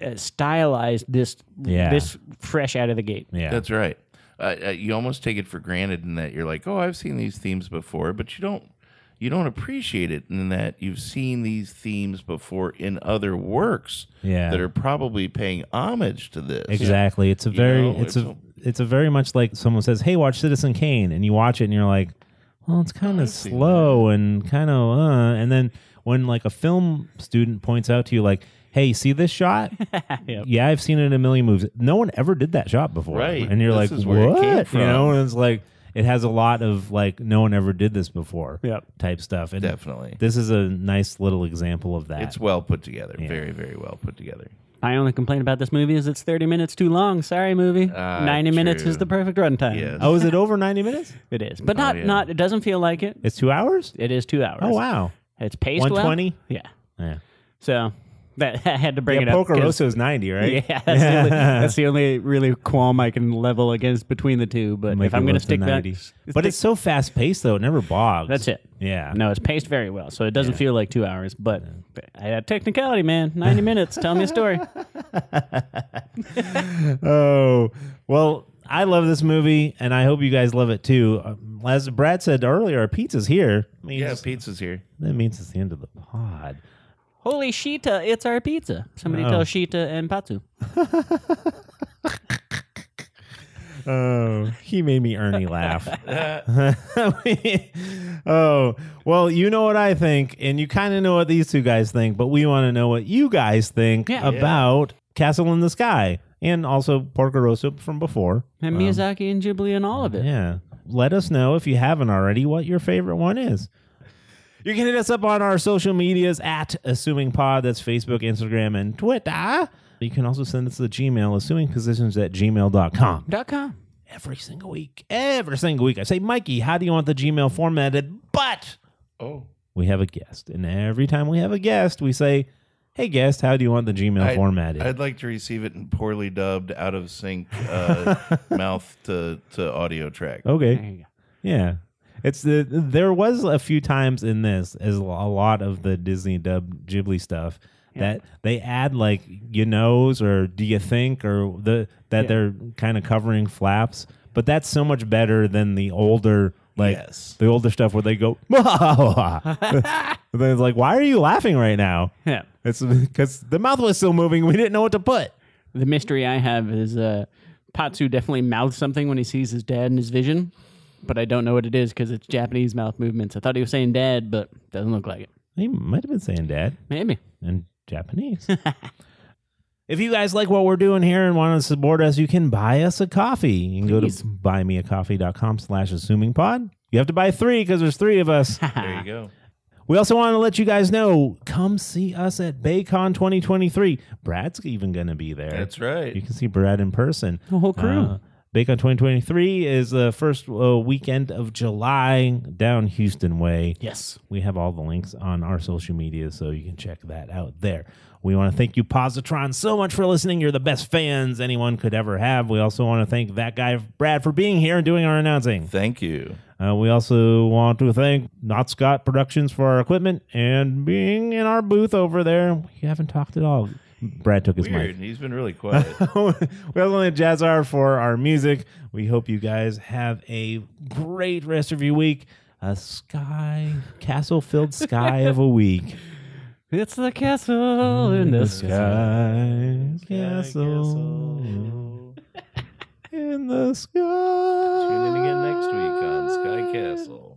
D: uh, stylized this
C: Yeah.
D: this fresh out of the gate.
C: Yeah.
E: That's right. Uh, uh, you almost take it for granted in that you're like, oh, I've seen these themes before, but you don't you don't appreciate it in that you've seen these themes before in other works
C: Yeah.
E: that are probably paying homage to this.
C: Exactly. It's a very
E: know,
C: it's
E: it's
C: a
E: a-
C: it's a very much like someone says, "Hey, watch Citizen Kane," and you watch it and you're like, "Well, it's kind of slow and kind of uh." And then when like a film student points out to you, like, "Hey, see this shot?
D: Yep.
C: Yeah, I've seen it in a million movies. No one ever did that shot before,
E: Right.
C: And you're
E: This
C: like,
E: is where it
C: "What?"
E: came
C: You know,
E: from.
C: and it's like it has a lot of like no one ever did this before,
D: Yep.
C: type stuff. And
E: Definitely.
C: this is a nice little example of that.
E: It's well put together. Very, very well put together.
D: I only complain about this movie is it's 30 minutes too long. Sorry, movie.
C: Uh,
E: Ah,
D: 90 minutes
E: true.
D: is the perfect runtime.
E: Yes.
C: oh, is it over ninety minutes?
D: It is. But not,
E: yeah.
D: not, it doesn't feel like it.
C: It's two hours.
D: It is two hours.
C: Oh wow,
D: It's paced well.
C: one twenty.
D: Yeah.
C: Yeah.
D: So that I had to bring
C: Yeah,
D: it up. 'cause-
C: Pocoroso's 90, right?
D: Yeah, that's, The only, that's the only really qualm I can level against between the two. But
C: Make
D: if
C: it
D: I'm going to
C: worth the
D: stick back,
C: 90. But it's so fast paced, though. It never bogs.
D: that's it.
C: Yeah.
D: No, it's paced very well, so it doesn't feel like two hours. But I had technicality, man. Ninety minutes. Tell me a story.
C: Oh, well, I love this movie, and I hope you guys love it too. Um, As Brad said earlier, our pizza's here. Means-
E: Yeah, pizza's here.
C: that means it's the end of the pod.
D: Holy Shita, it's our pizza. Somebody tell Shita and Patsu.
C: Oh, he made me Ernie laugh. oh, well, you know what I think, and you kind of know what these two guys think, but we want to know what you guys think
D: Yeah.
C: about Castle in the Sky and also Porco Rosso from before.
D: And Miyazaki and Ghibli and all of it.
C: Yeah. Let us know if you haven't already what your favorite one is. You can hit us up on our social medias at Assuming Pod. That's Facebook, Instagram, and Twitter. You can also send us the Gmail, assumingpositions at gmail.com
D: Dot com.
C: every single week. Every single week. I say, Mikey, how do you want the Gmail formatted? But
E: Oh.
C: we have a guest. And every time we have a guest, we say, hey, guest, how do you want the Gmail
E: I'd-
C: formatted?
E: I'd like to receive it in poorly dubbed, out of sync, uh, mouth to, to audio track.
C: okay.
D: There you go.
C: Yeah. It's the there was a few times in this as a lot of the Disney dub Ghibli stuff that they add like you knows or do you think or the that
D: Yeah.
C: they're kind of covering flaps, but that's so much better than the older like
E: Yes.
C: the older stuff where they go then it's like why are you laughing right now?
D: Yeah.
C: It's because the mouth was still moving. We didn't know what to put.
D: The mystery I have is uh, Patsu definitely mouths something when he sees his dad in his vision, but I don't know what it is because it's Japanese mouth movements. I thought he was saying dad, but doesn't look like it.
C: He might have been saying dad.
D: Maybe.
C: in Japanese. if you guys like what we're doing here and want to support us, you can buy us a coffee. You can go to
D: Please.
C: buymeacoffee.com slash assumingpod. You have to buy three because there's three of us.
E: There you go.
C: we also want to let you guys know, come see us at BayCon 2023. Brad's even going to be there.
E: That's
C: You
E: right.
C: can see Brad in person.
D: The whole Oh, crew.
C: Uh, BayCon 2023 is the first uh, weekend of July down Houston way.
D: Yes.
C: We have all the links on our social media, so you can check that out there. We want to thank you, Positron, so much for listening. You're the best fans anyone could ever have. We also want to thank that guy, Brad, for being here and doing our announcing.
E: Thank you.
C: Uh, we also want to thank Not Scott Productions for our equipment and being in our booth over there. We haven't talked at all. Brad took his mic
E: Weird. He's been really quiet.
C: we also want to jazz our for our music. We hope you guys have a great rest of your week. A sky, castle filled sky of a week.
D: It's the castle in the sky.
C: Mm, Sky, castle in the sky.
E: Tune in again next week on Sky Castle.